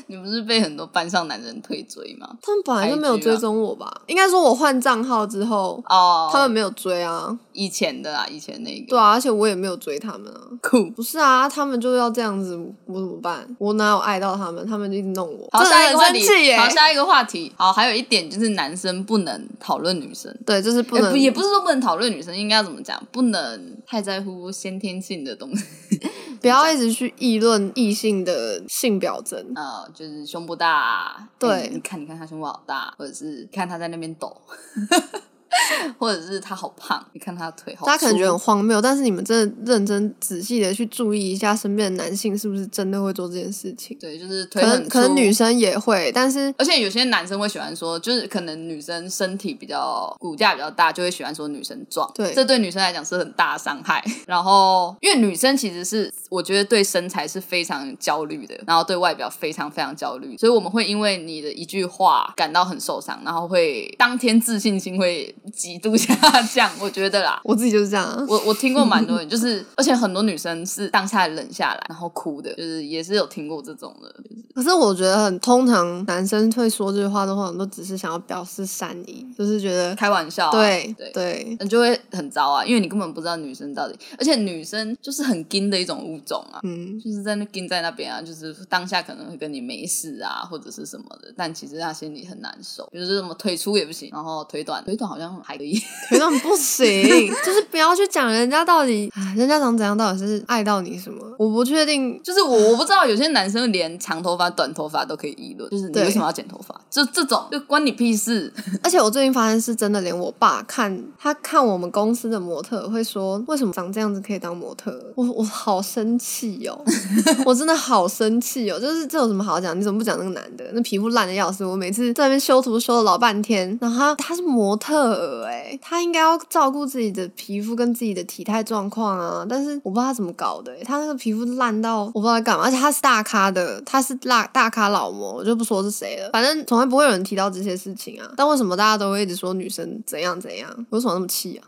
Speaker 1: 你不是被很多班上男人退追吗？
Speaker 2: 他们本来就没有
Speaker 1: IG 啊
Speaker 2: 追踪我吧？应该说我换账号之后，
Speaker 1: 哦，
Speaker 2: 他们没有追啊。
Speaker 1: 以前的啊，以前那个
Speaker 2: 对啊，而且我也没有追他们啊。
Speaker 1: 酷。
Speaker 2: 不是啊，他们就要这样子，我怎么办？我哪有爱到他们？他们就一直弄我，
Speaker 1: 好，
Speaker 2: 真的
Speaker 1: 下一个话
Speaker 2: 很生气
Speaker 1: 题。
Speaker 2: 耶
Speaker 1: 好，！下一个话题。好，还有一点就是男生不能讨论女生。
Speaker 2: 对，就是不
Speaker 1: 诶
Speaker 2: 能，
Speaker 1: 哎也不是说不能讨论女生，应该要怎么讲？不能太在乎先天性的东西，
Speaker 2: 不要一直去议论异性的性表征。
Speaker 1: 呃，就是胸部大啊，
Speaker 2: 对
Speaker 1: 诶你看，你看他胸部好大，或者是你看他在那边 抖，或者是他好胖，你看他的腿好粗，
Speaker 2: 大家可能觉得很荒谬，但是你们真的认真仔细的去注意一下，身边的男性是不是真的会做这件事情？
Speaker 1: 对，就是腿
Speaker 2: 可
Speaker 1: 很
Speaker 2: 能
Speaker 1: 粗
Speaker 2: 可能女。生也会，但是
Speaker 1: 而且有些男生会喜欢说，就是可能女生身体比较骨架比较大，就会喜欢说女生壮。
Speaker 2: 对
Speaker 1: 这对女生来讲是很大的伤害。然后，因为女生其实是我觉得对身材是非常焦虑的，然后对外表非常非常焦虑，所以我们会因为你的一句话感到很受伤，然后会当天自信心会极度下降。 我觉得啦，
Speaker 2: 我自己就是这样啊。
Speaker 1: 我我听过蛮多人，就是而且很多女生是当下冷下来，然后哭的，就是也是有听过这种的。
Speaker 2: 可是我觉得很通常男生会说这句话的话，都只是想要表示善意，就是觉得
Speaker 1: 开玩笑啊、
Speaker 2: 对
Speaker 1: 对。
Speaker 2: 对
Speaker 1: 那就会很糟啊，因为你根本不知道女生到底，而且女生就是很硬的一种物种啊，
Speaker 2: 嗯，
Speaker 1: 就是在那硬在那边啊，就是当下可能会跟你没事啊，或者是什么的，但其实她心里很难受，比如说什么腿粗也不行，然后腿短，腿短好像还可以，
Speaker 2: 有种不行， 就是不要去讲人家到底，唉人家长怎样，到底是爱到你什么？我不确定，
Speaker 1: 就是我我不知道有些男生连长头发、短头发都可以议论，就是你
Speaker 2: 对
Speaker 1: 为什么要剪头发？就这种就关你屁事，
Speaker 2: 而且我最近发现是真的，连我爸看他看我们公司的模特会说，为什么长这样子可以当模特？我我好生气哦， 我真的好生气哦！就是这有什么好讲？你怎么不讲那个男的？那皮肤烂的要死，我每次在那边修图修了老半天，然后他他是模特儿哎、他应该要照顾自己的皮肤跟自己的体态状况啊，但是我不知道他怎么搞的、欸，他那个皮肤烂到我不知道在干嘛，而且他是大咖的，他是大大咖老模，我就不说是谁了，反正从来不会有人提到这些事情啊。但为什么大家都会一直说女生怎样怎样？我为什么那么气啊？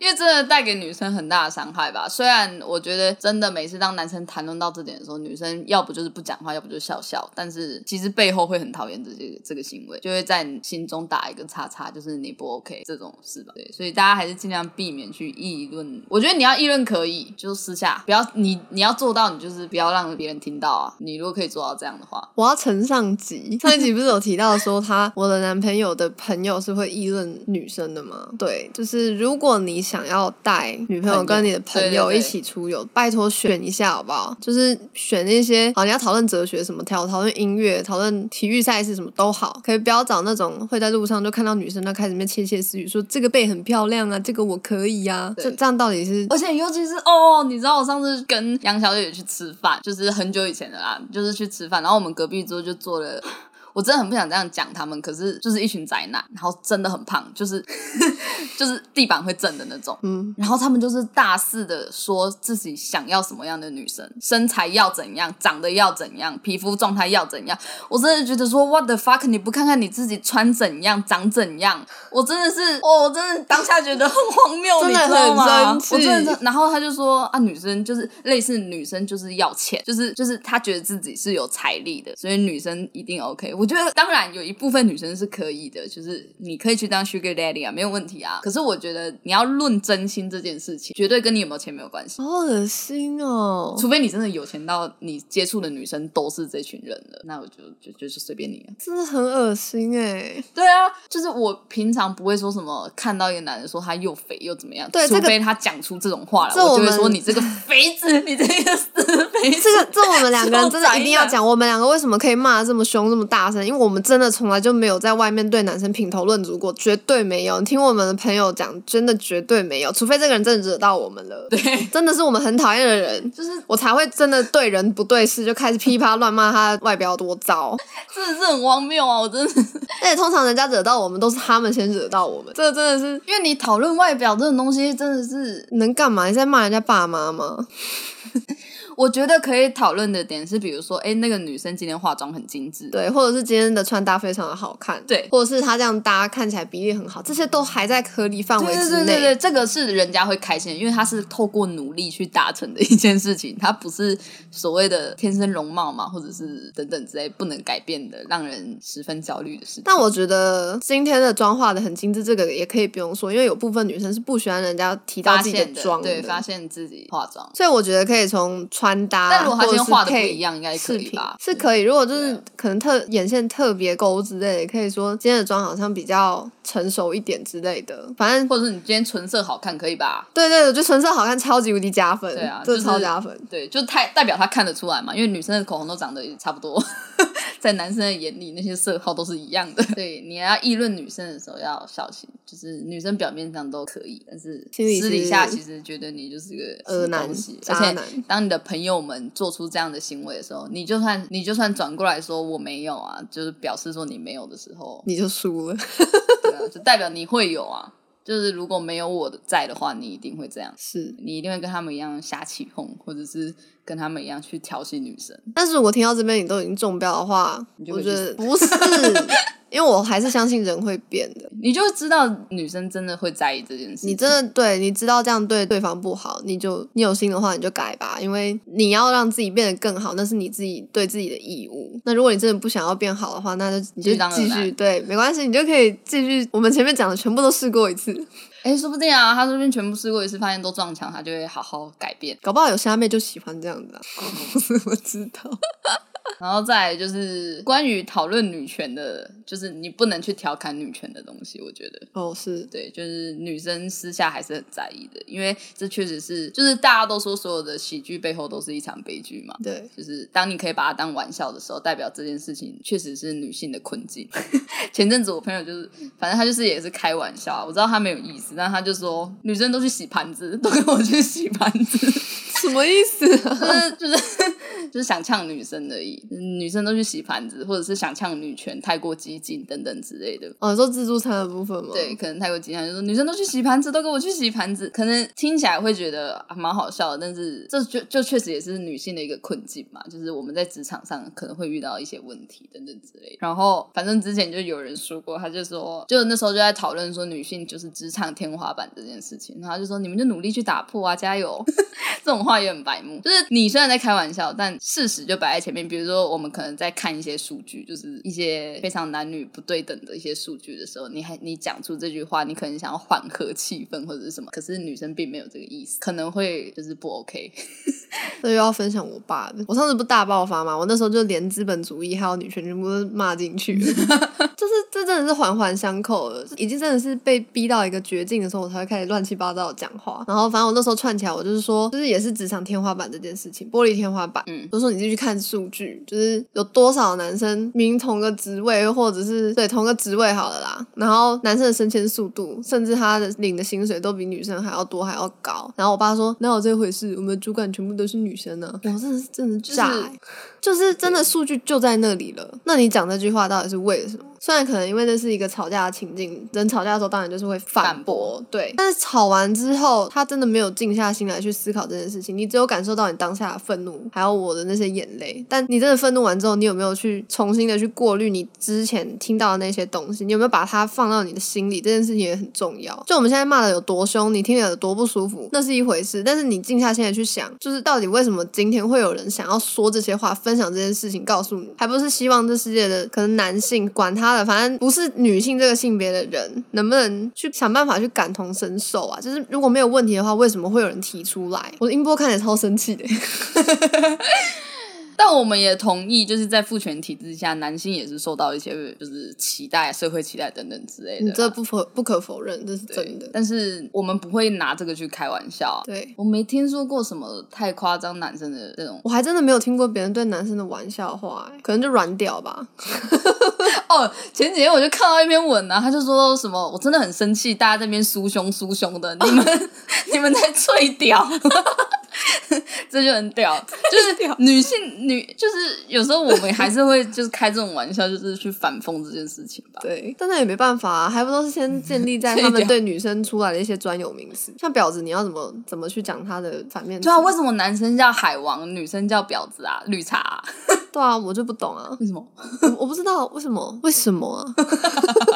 Speaker 1: 因为真的带给女生很大的伤害吧。虽然我觉得真的每次当男生谈论到这点的时候，女生要不就是不讲话，要不就笑笑，但是其实背后会很讨厌这些这个行为，就会在你心中打一个叉叉，就是你不 OK 这种事吧。对，所以大家还是尽量避免去议论。我觉得你要议论可以，就私下不要你你要做到，你就是不要让别人听到啊。你如果可以做到这样的话，
Speaker 2: 我要承上 集，上一集不是有提到说他我的男朋友的朋友是会议论女生的吗？对，就是如果你想要带女朋友跟你的朋
Speaker 1: 朋友
Speaker 2: 友
Speaker 1: 对对对
Speaker 2: 一起出游，拜托选一下好不好？就是选那些好，你要讨论哲学什么，讨讨论音乐，讨论体育赛事什么都好，可以不要找那种会在路上就看到女生就开始在那边窃窃私语，说这个背很漂亮啊，这个我可以呀、啊，
Speaker 1: 对
Speaker 2: 这这样到底是
Speaker 1: 而且尤其是哦，你知道我上次跟杨小姐去吃饭，就是很久以前的啦，就是去吃饭，然后我们隔壁桌就坐了。 我真的很不想这样讲他们，可是就是一群宅男，然后真的很胖，就是 就是地板会震的那种。
Speaker 2: 嗯，
Speaker 1: 然后他们就是大肆的说自己想要什么样的女生，身材要怎样，长得要怎样，皮肤状态要怎样。我真的觉得说 what the fuck，你不看看你自己穿怎样，长怎样，我真的是，哦，我真的当下觉得很荒谬，
Speaker 2: 真的
Speaker 1: 你知道吗
Speaker 2: 很生？气
Speaker 1: 我真的，然后他就说啊，女生就是类似女生就是要钱，就是就是他觉得自己是有财力的，所以女生一定 OK。我觉得当然有一部分女生是可以的，就是你可以去当 sugar daddy 啊，没有问题啊。可是我觉得你要论真心这件事情，绝对跟你有没有钱没有关系。
Speaker 2: 好恶心哦。
Speaker 1: 除非你真的有钱到你接触的女生都是这群人了，那我就就就是随便你了。啊
Speaker 2: 真的很恶心哎、
Speaker 1: 对啊，就是我平常不会说什么看到一个男人说他又肥又怎么样，
Speaker 2: 对
Speaker 1: 除
Speaker 2: 这个
Speaker 1: 非他讲出这种话来，
Speaker 2: 这
Speaker 1: 我就
Speaker 2: 我
Speaker 1: 会
Speaker 2: 们
Speaker 1: 说你这个肥 子，你这个死肥子。
Speaker 2: 这个，这我们两个人真的一定要
Speaker 1: 超宅
Speaker 2: 讲，我们两个为什么可以骂得这么凶、这么大声？因为我们真的从来就没有在外面对男生品头论足过，绝对没有。你听我们的朋友讲，真的绝对没有，除非这个人真的惹到我们了，
Speaker 1: 对，
Speaker 2: 真的是我们很讨厌的人，
Speaker 1: 就是
Speaker 2: 我才会真的对人不对事就开始噼啪乱骂他外表多糟。
Speaker 1: 真的是很荒谬啊！我真的是，
Speaker 2: 而且通常人家惹到我们，都是他们先惹到我们，这真的是。
Speaker 1: 因为你讨论外表这种东西，真的是
Speaker 2: 能干嘛？你在骂人家爸妈吗？
Speaker 1: 我觉得可以讨论的点是，比如说，哎、那个女生今天化妆很精致，
Speaker 2: 对，或者是今天的穿搭非常的好看，
Speaker 1: 对
Speaker 2: 或者是她这样搭看起来比例很好，这些都还在合理范围
Speaker 1: 对
Speaker 2: 之
Speaker 1: 对
Speaker 2: 内。
Speaker 1: 对对对，这个是人家会开心的，因为他是透过努力去达成的一件事情，他不是所谓的天生容貌嘛，或者是等等之类不能改变的，让人十分焦虑的事情。
Speaker 2: 但我觉得今天的妆化的很精致，这个也可以不用说，因为有部分女生是不喜欢人家提到
Speaker 1: 发
Speaker 2: 自己的
Speaker 1: 现
Speaker 2: 妆
Speaker 1: 对，发现自己化妆，
Speaker 2: 所以我觉得可以从穿搭，
Speaker 1: 但如果她
Speaker 2: 或
Speaker 1: 今
Speaker 2: 者
Speaker 1: 天
Speaker 2: 是
Speaker 1: 画的不
Speaker 2: 配
Speaker 1: 一样，应该可
Speaker 2: 饰
Speaker 1: 以
Speaker 2: 品
Speaker 1: 吧？嗯
Speaker 2: 是可以。如果就
Speaker 1: 对啊
Speaker 2: 是可能特眼线特别勾之类的，也可以说今天的妆好像比较成熟一点之类的。反正
Speaker 1: 或者是你今天唇色好看，可以吧？
Speaker 2: 对对，我觉得唇色好看超级无敌加分，
Speaker 1: 对啊
Speaker 2: 这
Speaker 1: 就是
Speaker 2: 超加分。
Speaker 1: 对，就太代表他看得出来嘛，因为女生的口红都长得也差不多， 在男生的眼里那些色号都是一样的。 对，你要议论女生的时候要小心，就是女生表面上都可以，但是
Speaker 2: 心里
Speaker 1: 私底
Speaker 2: 是
Speaker 1: 下其实觉得你就是个
Speaker 2: 呃
Speaker 1: 死
Speaker 2: 男
Speaker 1: 东西，
Speaker 2: 渣
Speaker 1: 而且
Speaker 2: 男
Speaker 1: 当你的朋友们做出这样的行为的时候，你就算你就算转过来说我没有啊，就是表示说你没有的时候，
Speaker 2: 你就输了，
Speaker 1: 对啊，就代表你会有啊。就是如果没有我的在的话，你一定会这样。
Speaker 2: 是。
Speaker 1: 你一定会跟他们一样瞎起哄，或者是跟他们一样去调戏女生。
Speaker 2: 但是我听到这边你都已经中标的话
Speaker 1: 你，就
Speaker 2: 我
Speaker 1: 会
Speaker 2: 觉
Speaker 1: 去
Speaker 2: 得 不是，因为我还是相信人会变的。
Speaker 1: 你就知道女生真的会在意这件事。
Speaker 2: 你真的对你知道这样对对方不好，你就你有心的话你就改吧，因为你要让自己变得更好，那是你自己对自己的义务。那如果你真的不想要变好的话，那就你就
Speaker 1: 就当
Speaker 2: 继
Speaker 1: 人
Speaker 2: 续
Speaker 1: 来
Speaker 2: 对，没关系，你就可以继续。我们前面讲的全部都试过一次，
Speaker 1: 哎，说不定啊，她这边全部试过一次，发现都撞墙，她就会好好改变。
Speaker 2: 搞不好有虾妹就喜欢这样子、啊，
Speaker 1: 嗯
Speaker 2: 我知道。
Speaker 1: 然后再来就是关于讨论女权的，就是你不能去调侃女权的东西，我觉得。
Speaker 2: 哦，是
Speaker 1: 对，就是女生私下还是很在意的，因为这确实是，就是大家都说所有的喜剧背后都是一场悲剧嘛。
Speaker 2: 对，
Speaker 1: 就是当你可以把它当玩笑的时候，代表这件事情确实是女性的困境。 前阵子我朋友就是，反正他就是也是开玩笑啊，我知道他没有意思，但他就说女生都去洗盘子，都跟我去洗盘子，
Speaker 2: 什么意思、啊？
Speaker 1: 就是就是 就是想呛女生而已，嗯女生都去洗盘子，或者是想呛女权太过激进等等之类的。
Speaker 2: 哦，你说自助餐的部分吗？
Speaker 1: 对，，可能太过激进，就说女生都去洗盘子，都跟我去洗盘子，可能听起来会觉得啊蛮好笑的，但是这就就确实也是女性的一个困境嘛，就是我们在职场上可能会遇到一些问题等等之类的。然后反正之前就有人说过，他就说，就那时候就在讨论说女性就是职场天花板这件事情，然后他就说你们就努力去打破啊，加油。这种话也很白目，就是你虽然在开玩笑，但事实就摆在前面。比如说，我们可能在看一些数据，就是一些非常男女不对等的一些数据的时候，你还你讲出这句话，你可能想要缓和气氛或者是什么，可是女生并没有这个意思，可能会就是不 OK。
Speaker 2: 这又要分享我爸的。我上次不大爆发嘛，我那时候就连资本主义还有女权全部都骂进去了，就是这真的是环环相扣的，已经真的是被逼到一个绝境的时候，我才会开始乱七八糟的讲话。然后反正我那时候串起来，我就是说，就是也是职场天花板这件事情，玻璃天花板。
Speaker 1: 嗯
Speaker 2: 我说你继续看数据，就是有多少男生明明同个职位或者是对同个职位好了啦，然后男生的升迁速度，甚至他的领的薪水都比女生还要多还要高。然后我爸说哪有这回事，我们主管全部都是女生呢、我真的是真的
Speaker 1: 是
Speaker 2: 炸欸、就是真的数据就在那里了。那你讲这句话到底是为了什么？虽然可能因为那是一个吵架的情境，人吵架的时候当然就是会反
Speaker 1: 反
Speaker 2: 驳
Speaker 1: 驳，
Speaker 2: 对。但是吵完之后，他真的没有静下心来去思考这件事情，你只有感受到你当下的愤怒，还有我的那些眼泪。但你真的愤怒完之后，你有没有去重新的去过滤你之前听到的那些东西？你有没有把它放到你的心里？这件事情也很重要。就我们现在骂的有多凶，你听了有多不舒服，那是一回事。但是你静下心来去想，就是到底为什么今天会有人想要说这些话，分享这件事情，告诉你，还不是希望这世界的可能男性管他的，反正不是女性这个性别的人，能不能去想办法去感同身受啊？就是如果没有问题的话，为什么会有人提出来？我的音波看起来超生气的，
Speaker 1: 但我们也同意，就是在父权体制下，男性也是受到一些就是期待、社会期待等等之类的
Speaker 2: 你
Speaker 1: 啦。
Speaker 2: 嗯这不否不可否认，这是
Speaker 1: 对
Speaker 2: 真的。
Speaker 1: 但是我们不会拿这个去开玩笑啊。
Speaker 2: 对，
Speaker 1: 我没听说过什么太夸张男生的这种
Speaker 2: 我还真的没有听过别人对男生的玩笑话、欸可能就软屌吧。
Speaker 1: 哦，前几天我就看到一篇文啊，他就说什么我真的很生气，大家 在那边酥胸酥胸的，你们你们在脆屌， 这就很屌，就是女性女，就是有时候我们还是会就是开这种玩笑，就是去反讽这件事情吧。
Speaker 2: 对，但那也没办法啊，还不都是先建立在
Speaker 1: 嗯
Speaker 2: 他
Speaker 1: 这一
Speaker 2: 们
Speaker 1: 点
Speaker 2: 对女生出来的一些专有名词，像婊子，你要怎么怎么去讲她的反面词？
Speaker 1: 对啊，为什么男生叫海王，女生叫婊子啊、绿茶、啊？
Speaker 2: 对啊，我就不懂啊，
Speaker 1: 为什么？
Speaker 2: 我我不知道为什么，为什么 啊？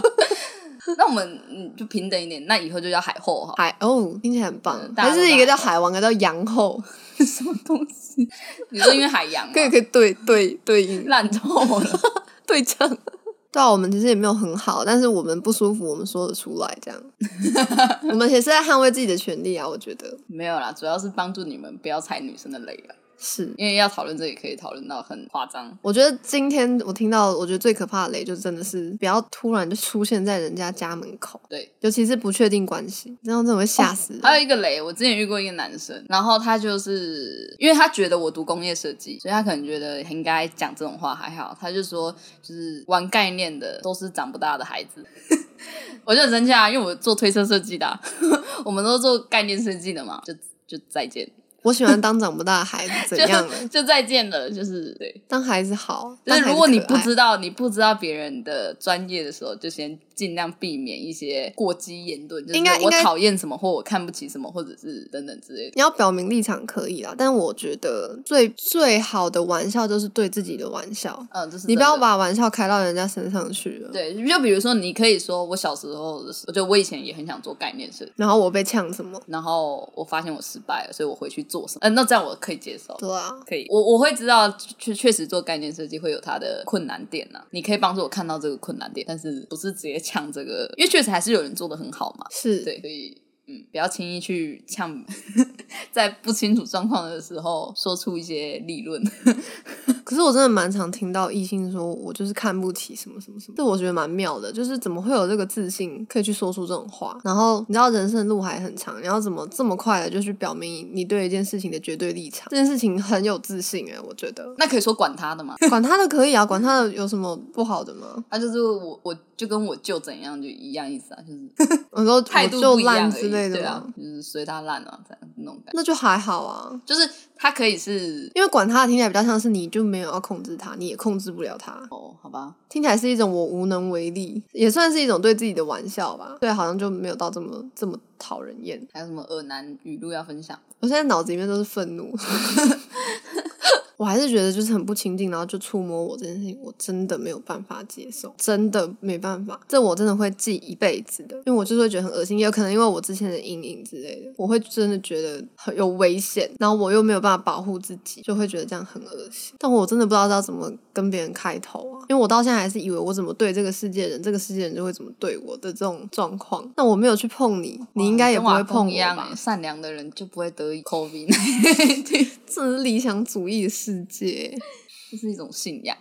Speaker 1: 那我们嗯就平等一点，那以后就叫海后啊哈。
Speaker 2: 海哦，听起来很棒，
Speaker 1: 嗯大家
Speaker 2: 还
Speaker 1: 都
Speaker 2: 是一
Speaker 1: 大
Speaker 2: 个叫海王，一个叫杨 后，
Speaker 1: 什么东西？你说因为海洋、啊、
Speaker 2: 可以可以对对对 应
Speaker 1: 烂透了。
Speaker 2: 对仗。对啊，我们其实也没有很好，但是我们不舒服，我们说得出来， 这样。我们也是在捍卫自己的权利啊，我觉得
Speaker 1: 没有啦，主要是帮助你们不要踩女生的雷啊了，
Speaker 2: 是。
Speaker 1: 因为要讨论这也可以讨论到很夸张。
Speaker 2: 我觉得今天我听到，我觉得最可怕的雷就真的是不要突然就出现在人家家门口，
Speaker 1: 对，哦
Speaker 2: 尤其是不确定关系，这样真的会吓死人。
Speaker 1: 还有一个雷，我之前遇过一个男生，然后他就是因为他觉得我读工业设计，所以他可能觉得应该讲这种话还好，他就说就是玩概念的都是长不大的孩子。 我就很生气啊，因为我做推车设计的啊、 我们都做概念设计的嘛，就就再见，
Speaker 2: 我喜欢当长不大的孩子，怎样
Speaker 1: 就
Speaker 2: 了？
Speaker 1: 就再见了，就是对。
Speaker 2: 当孩子好，
Speaker 1: 就是
Speaker 2: 当孩
Speaker 1: 如
Speaker 2: 子
Speaker 1: 果你
Speaker 2: 可
Speaker 1: 不
Speaker 2: 爱
Speaker 1: 知道你不知道别人的专业的时候，就先尽量避免一些过激言论，就是
Speaker 2: 应该
Speaker 1: 我
Speaker 2: 应该
Speaker 1: 讨厌什么，或我看不起什么，或者是等等之类的。
Speaker 2: 你要表明立场可以啦，但我觉得最最好的玩笑就是对自己的玩笑，
Speaker 1: 嗯，就是
Speaker 2: 你不
Speaker 1: 真的
Speaker 2: 要把玩笑开到人家身上去了。
Speaker 1: 对，就比如说你可以说我小时候的时候，就我以前也很想做概念设计，
Speaker 2: 然后我被呛什么？
Speaker 1: 然后我发现我失败了，所以我回去做什么，嗯、那这样我可以接受。
Speaker 2: 对啊，
Speaker 1: 可以，我我会知道，确确实做概念设计会有它的困难点呐、你可以帮助我看到这个困难点，但是不是直接呛这个，因为确实还是有人做的很好嘛。
Speaker 2: 是
Speaker 1: 对，所以嗯，不要轻易去呛， 在不清楚状况的时候说出一些理论。
Speaker 2: 可是我真的蛮常听到异性说我就是看不起什么什么什么，这我觉得蛮妙的，就是怎么会有这个自信可以去说出这种话？然后你知道人生的路还很长，你要怎么这么快的就去表明你对一件事情的绝对立场？这件事情很有自信诶、我觉得
Speaker 1: 那可以说管他的嘛，
Speaker 2: 管他的可以啊，管他的有什么不好的吗？
Speaker 1: 他、就是我我就跟我舅怎样就一样意思啊，就是
Speaker 2: 我说
Speaker 1: 态
Speaker 2: 我
Speaker 1: 度
Speaker 2: 就
Speaker 1: 不一样
Speaker 2: 烂
Speaker 1: 而
Speaker 2: 之
Speaker 1: 已，
Speaker 2: 类的
Speaker 1: 对
Speaker 2: 吗？
Speaker 1: 啊，就是随他烂啊，这样那种感觉，
Speaker 2: 那就还好啊，
Speaker 1: 就是他可以是
Speaker 2: 因为管他的听起来比较像是你就没有要控制他，你也控制不了他，
Speaker 1: 哦，好吧，
Speaker 2: 听起来是一种我无能为力，也算是一种对自己的玩笑吧。对，好像就没有到这么这么讨人厌。
Speaker 1: 还有什么恶男语录要分享？
Speaker 2: 我现在脑子里面都是愤怒， 我还是觉得就是很不亲近，然后就触摸我这件事情，我真的没有办法接受，真的没办法，这我真的会记一辈子的，因为我就是会觉得很恶心，也有可能因为我之前的阴影之类的，我会真的觉得很有危险，然后我又没有办法保护自己，就会觉得这样很恶心。但我真的不知道要怎么跟别人开头啊，因为我到现在还是以为我怎么对这个世界人，这个世界人就会怎么对我的这种状况。那我没有去碰你，你应该也
Speaker 1: 哇
Speaker 2: 不
Speaker 1: 跟
Speaker 2: 会
Speaker 1: 瓦工
Speaker 2: 碰
Speaker 1: 一
Speaker 2: 我
Speaker 1: 样
Speaker 2: 吧
Speaker 1: 欸，？善良的人就不会得 COVID，
Speaker 2: 这是理想主义的世界，
Speaker 1: 这是一种信仰。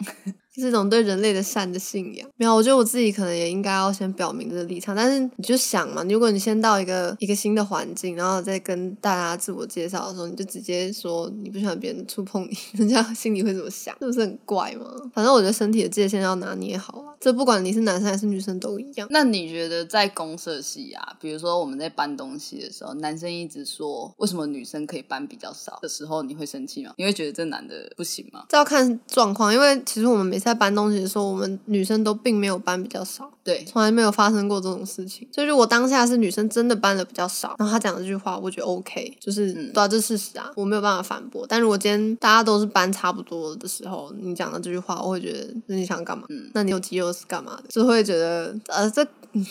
Speaker 2: 这是一种对人类的善的信仰。没有，我觉得我自己可能也应该要先表明这个立场，但是你就想嘛，如果你先到一个一个新的环境，然后再跟大家自我介绍的时候，你就直接说你不喜欢别人触碰你， 人家心里会怎么想？是不是很怪嘛？反正我觉得身体的界限要拿捏好啊，这不管你是男生还是女生都一样。
Speaker 1: 那你觉得在公社系啊，比如说我们在搬东西的时候，男生一直说为什么女生可以搬比较少的时候，你会生气吗？你会觉得这男的不行吗？
Speaker 2: 这要看状况，因为其实我们每次在搬东西的时候，我们女生都并没有搬比较少，
Speaker 1: 对，
Speaker 2: 从来没有发生过这种事情。所以如果当下是女生真的搬的比较少，然后她讲这句话，我觉得 OK，就是、
Speaker 1: 嗯
Speaker 2: 对啊，这是事实啊，我没有办法反驳。但如果今天大家都是搬差不多的时候，你讲的这句话，我会觉得那你想干嘛？
Speaker 1: 嗯
Speaker 2: 那你有肌肉是干嘛的？就会觉得呃，这、 嗯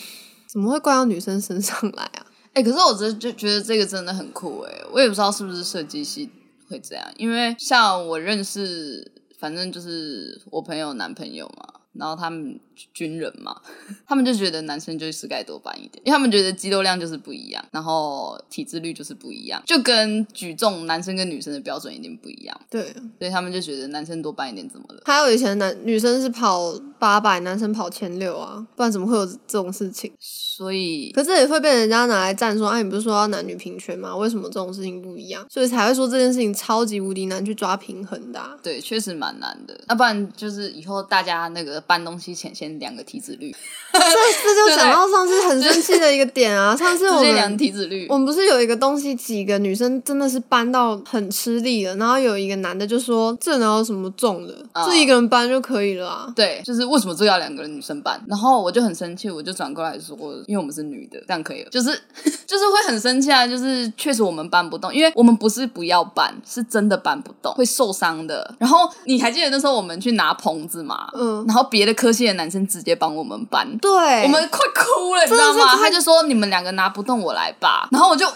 Speaker 2: 怎么会怪到女生身上来啊？
Speaker 1: 哎、可是我真就觉得这个真的很酷哎、我也不知道是不是设计系会这样，因为像我认识，反正就是我朋友男朋友嘛，然后他们军人嘛， 他们就觉得男生就是该多搬一点，因为他们觉得肌肉量就是不一样，然后体脂率就是不一样，就跟举重男生跟女生的标准一定不一样，
Speaker 2: 对，
Speaker 1: 所以他们就觉得男生多搬一点怎么了？
Speaker 2: 还有以前男女生是跑八百，男生跑前六啊，不然怎么会有这种事情？
Speaker 1: 所以
Speaker 2: 可是也会被人家拿来站说，哎、你不是说要男女平权吗？为什么这种事情不一样？所以才会说这件事情超级无敌难 去抓平衡的啊、
Speaker 1: 对，确实蛮难的。那不然就是以后大家那个搬东西前，先先量个体脂率，
Speaker 2: 这这就想到上次很生气的一个点啊！上次
Speaker 1: 直
Speaker 2: 我
Speaker 1: 接量
Speaker 2: 们
Speaker 1: 体脂率
Speaker 2: 我。们不是有一个东西，几个女生真的是搬到很吃力了，然后有一个男的就说：“这哪有什么重的，
Speaker 1: 啊
Speaker 2: 这一个人搬就可以了啊。”
Speaker 1: 对，就是为什么这个要两个人女生办？然后我就很生气，我就转过来说，因为我们是女的，这样可以了。就是 就是会很生气啊，就是确实我们搬不动，因为我们不是不要搬，是真的搬不动，会受伤的。然后你还记得那时候我们去拿棚子嘛？
Speaker 2: 嗯
Speaker 1: 然后别的科系的男生直接帮我们搬，
Speaker 2: 对，
Speaker 1: 我们快哭了，你知
Speaker 2: 真的
Speaker 1: 道
Speaker 2: 是
Speaker 1: 吗？
Speaker 2: 快
Speaker 1: 他就说你们两个拿不动我来吧，然后我就哇，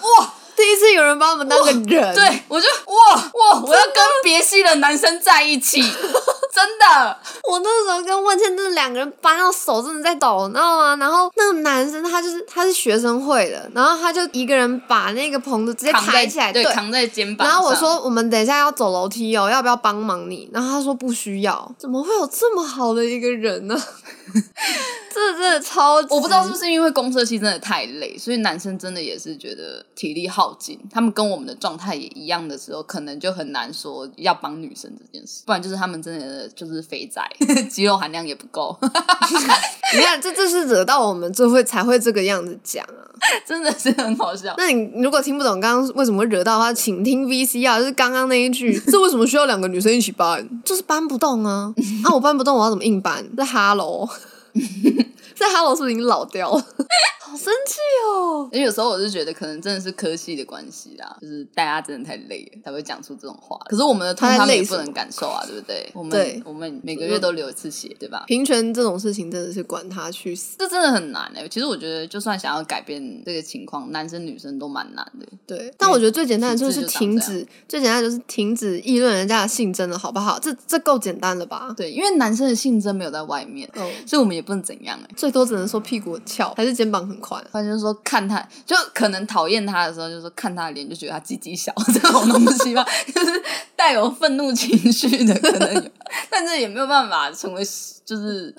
Speaker 2: 第一次有人把我们当个人，
Speaker 1: 对我就哇哇，我要跟别系的男生在一 起，真的。
Speaker 2: 我那时候跟万茜真的两个人搬到手真的在抖，你知道吗？然后那个男生他就是他是学生会的，然后他就一个人把那个棚子直接
Speaker 1: 扛在
Speaker 2: 抬起来，
Speaker 1: 对，扛在肩膀
Speaker 2: 然
Speaker 1: 上。
Speaker 2: 后我说我们等一下要走楼梯哦，要不要帮忙你？然后他说不需要。怎么会有这么好的一个 人呢、这真的超级，
Speaker 1: 我不知道是不是因为公社系真的太累，所以男生真的也是觉得体力耗尽。他们跟我们的状态也一样的时候，可能就很难说要帮女生这件事，不然就是他们真的就是肥宅， 肌肉含量也不够，
Speaker 2: 你看这这是惹到我们就会才会这个样子讲啊。
Speaker 1: 真的是很好笑。
Speaker 2: 那你如果听不懂刚刚为什么会惹到的话，请听 VCR，就是刚刚那一句， 这为什么需要两个女生一起搬？就是搬不动啊！ 啊，我搬不动，我要怎么硬搬？这哈喽， 这哈喽是不是已经老掉了？ 好生气哦！
Speaker 1: 因为有时候我是觉得，可能真的是科系的关系啦，就是大家真的太累了才会讲出这种话。可是我们的痛，
Speaker 2: 他在
Speaker 1: 他们也
Speaker 2: 累
Speaker 1: 不
Speaker 2: 什么
Speaker 1: 能感受啊，对不对？我们
Speaker 2: 对
Speaker 1: 我们每个月都流一次血，对吧？
Speaker 2: 平权这种事情真的是管他去死。
Speaker 1: 这真的很难哎、其实我觉得，就算想要改变这个情况，男生女生都蛮难的。
Speaker 2: 对，但我觉得最简单的就
Speaker 1: 体制
Speaker 2: 是
Speaker 1: 就长
Speaker 2: 停
Speaker 1: 这
Speaker 2: 止，最简单的就是停止议论人家的性征了，好不好？这这够简单了吧？
Speaker 1: 对，因为男生的性征没有在外面，
Speaker 2: 哦，
Speaker 1: 所以我们也不能怎样哎、欸。
Speaker 2: 最多只能说屁股很翘，还是肩膀很宽。
Speaker 1: 他就是说看他，就可能讨厌他的时候，就是说看他的脸就觉得他鸡鸡小 这种东西吧，就是带有愤怒情绪的可能有， 但这也没有办法成为就是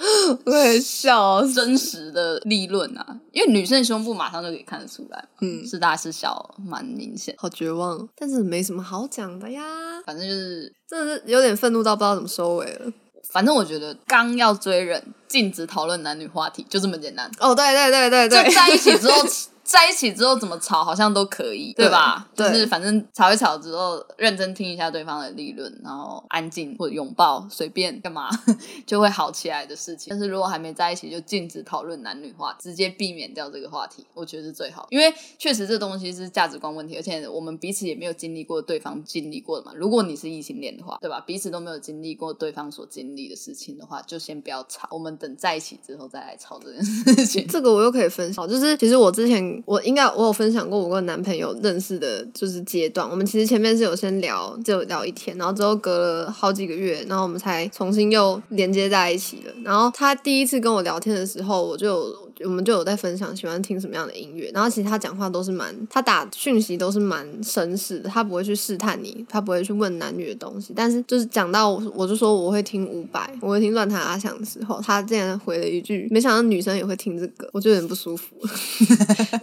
Speaker 2: 我也笑死，
Speaker 1: 真实的立论啊，因为女生的胸部马上就可以看得出来，
Speaker 2: 嗯，
Speaker 1: 是大是小蛮明显，
Speaker 2: 好绝望，但是没什么好讲的呀，
Speaker 1: 反正就是
Speaker 2: 真的是有点愤怒到不知道怎么收尾了。
Speaker 1: 反正我觉得刚要追人，禁止讨论男女话题，就这么简单。
Speaker 2: 哦，对对对对
Speaker 1: 就
Speaker 2: 对，
Speaker 1: 在一起之后， 在一起之后怎么吵好像都可以，
Speaker 2: 对
Speaker 1: 对吧？
Speaker 2: 对
Speaker 1: 就是反正吵一吵之后，认真听一下对方的理论，然后安静或者拥抱，随便干嘛 就会好起来的事情。但是如果还没在一起，就禁止讨论男女话，直接避免掉这个话题，我觉得是最好。因为确实这东西是价值观问题，而且我们彼此也没有经历过对方经历过的嘛。如果你是异性恋的话，对吧？彼此都没有经历过对方所经历的事情的话，就先不要吵，我们等在一起之后再来吵这件事情。
Speaker 2: 这个我又可以分享，就是其实我之前我应该我有分享过我跟男朋友认识的，就是阶段。我们其实前面是有先聊，就聊一天，然后之后隔了好几个月，然后我们才重新又连接在一起了。然后他第一次跟我聊天的时候，我就有我们就有在分享喜欢听什么样的音乐，然后其实他讲话都是蛮，他打讯息都是蛮绅士的，他不会去试探你，他不会去问男女的东西。但是就是讲到我，我就说我会听伍佰，我会听乱弹阿翔的时候，他竟然回了一句，没想到女生也会听这个，我就有点不舒服。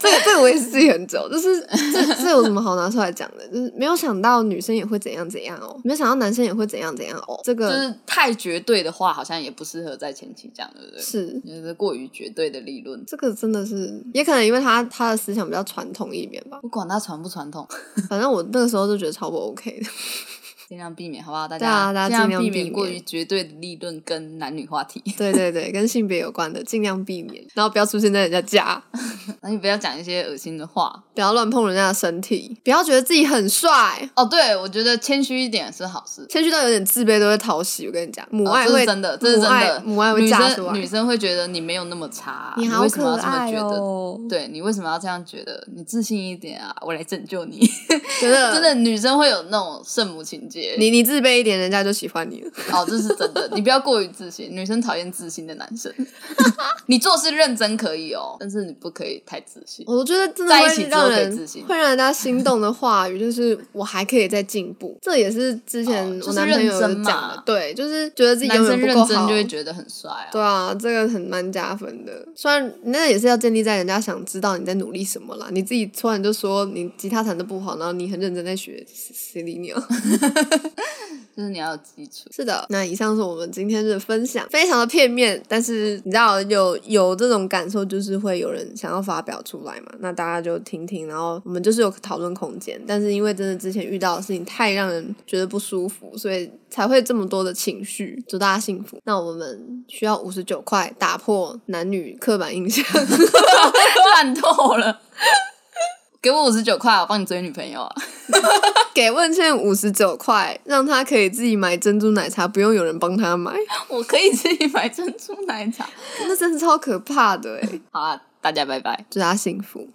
Speaker 2: 这个这个我也是记很久，就是这这有什么好拿出来讲的？就是没有想到女生也会怎样怎样哦，没有想到男生也会怎样怎样哦，这
Speaker 1: 就
Speaker 2: 个
Speaker 1: 是太绝对的话，好像也不适合在前期讲，对不对？
Speaker 2: 是
Speaker 1: 就是过于绝对的理论，
Speaker 2: 这个真的是，也可能因为他他的思想比较传统一点吧。
Speaker 1: 不管它传不传统，
Speaker 2: 反正我那个时候就觉得超不 OK 的。
Speaker 1: 尽量避免，好不好？大
Speaker 2: 对啊
Speaker 1: 家
Speaker 2: 大家尽量
Speaker 1: 量避
Speaker 2: 避
Speaker 1: 免过
Speaker 2: 免
Speaker 1: 于绝对的理论跟男女话题，
Speaker 2: 对对对，跟性别有关的尽量避免，然后不要出现在人家家，
Speaker 1: 那你不要讲一些恶心的话。
Speaker 2: 不要乱碰人家的身体，不要觉得自己很帅，
Speaker 1: 哦，对，我觉得谦虚一点是好事。
Speaker 2: 谦虚到有点自卑都会讨喜。我跟你讲，母
Speaker 1: 哦
Speaker 2: 爱
Speaker 1: 这
Speaker 2: 会、
Speaker 1: 是真的，这是真的，
Speaker 2: 母爱母爱会
Speaker 1: 女
Speaker 2: 炸出
Speaker 1: 生
Speaker 2: 来
Speaker 1: 女。生会觉得你没有那么差啊，你
Speaker 2: 好
Speaker 1: 为什么要
Speaker 2: 可
Speaker 1: 这么
Speaker 2: 爱
Speaker 1: 觉得？
Speaker 2: 哦！
Speaker 1: 对你为什么要这样觉得？你自信一点啊，我来拯救 你。
Speaker 2: 真的
Speaker 1: 真的，女生会有那种圣母情节，
Speaker 2: 你你自卑一点，人家就喜欢你了。
Speaker 1: 哦，这是真的，你不要过于自信，女生讨厌自信的男生。 你做事认真可以哦，但是你不可以太自信。
Speaker 2: 我觉得真的
Speaker 1: 在一
Speaker 2: 会
Speaker 1: 起之
Speaker 2: 让
Speaker 1: 后可以
Speaker 2: 人
Speaker 1: 自信
Speaker 2: 会让人家心动的话语，就是我还可以再进步。这也是之前
Speaker 1: 哦就是
Speaker 2: 我男朋友有
Speaker 1: 认真
Speaker 2: 讲的，
Speaker 1: 嘛
Speaker 2: 对，就是觉得自己
Speaker 1: 男
Speaker 2: 永
Speaker 1: 生
Speaker 2: 远不
Speaker 1: 认
Speaker 2: 够
Speaker 1: 真
Speaker 2: 好，
Speaker 1: 就会觉得很帅啊。
Speaker 2: 对啊，这个很蛮加分的。虽然那也是要建立在人家想知道你在努力什么啦。你自己突然就说你吉他弹的不好，然后你很认真在学，谁谁理你啊？
Speaker 1: 就是你要有基础。
Speaker 2: 是的，那以上是我们今天的分享，非常的片面，但是你知道有有这种感受，就是会有人想要发表出来嘛，那大家就听听，然后我们就是有讨论空间，但是因为真的之前遇到的事情太让人觉得不舒服，所以才会这么多的情绪。祝大家幸福。那我们需要五十九块打破男女刻板印象，
Speaker 1: 烂透了。给我五十九块，我帮你追女朋友啊！
Speaker 2: 给问倩五十九块，让她可以自己买珍珠奶茶，不用有人帮她买，
Speaker 1: 我可以自己买珍珠奶茶。
Speaker 2: 那真是超可怕的哎、
Speaker 1: 好啦，大家拜拜。
Speaker 2: 祝大家幸福。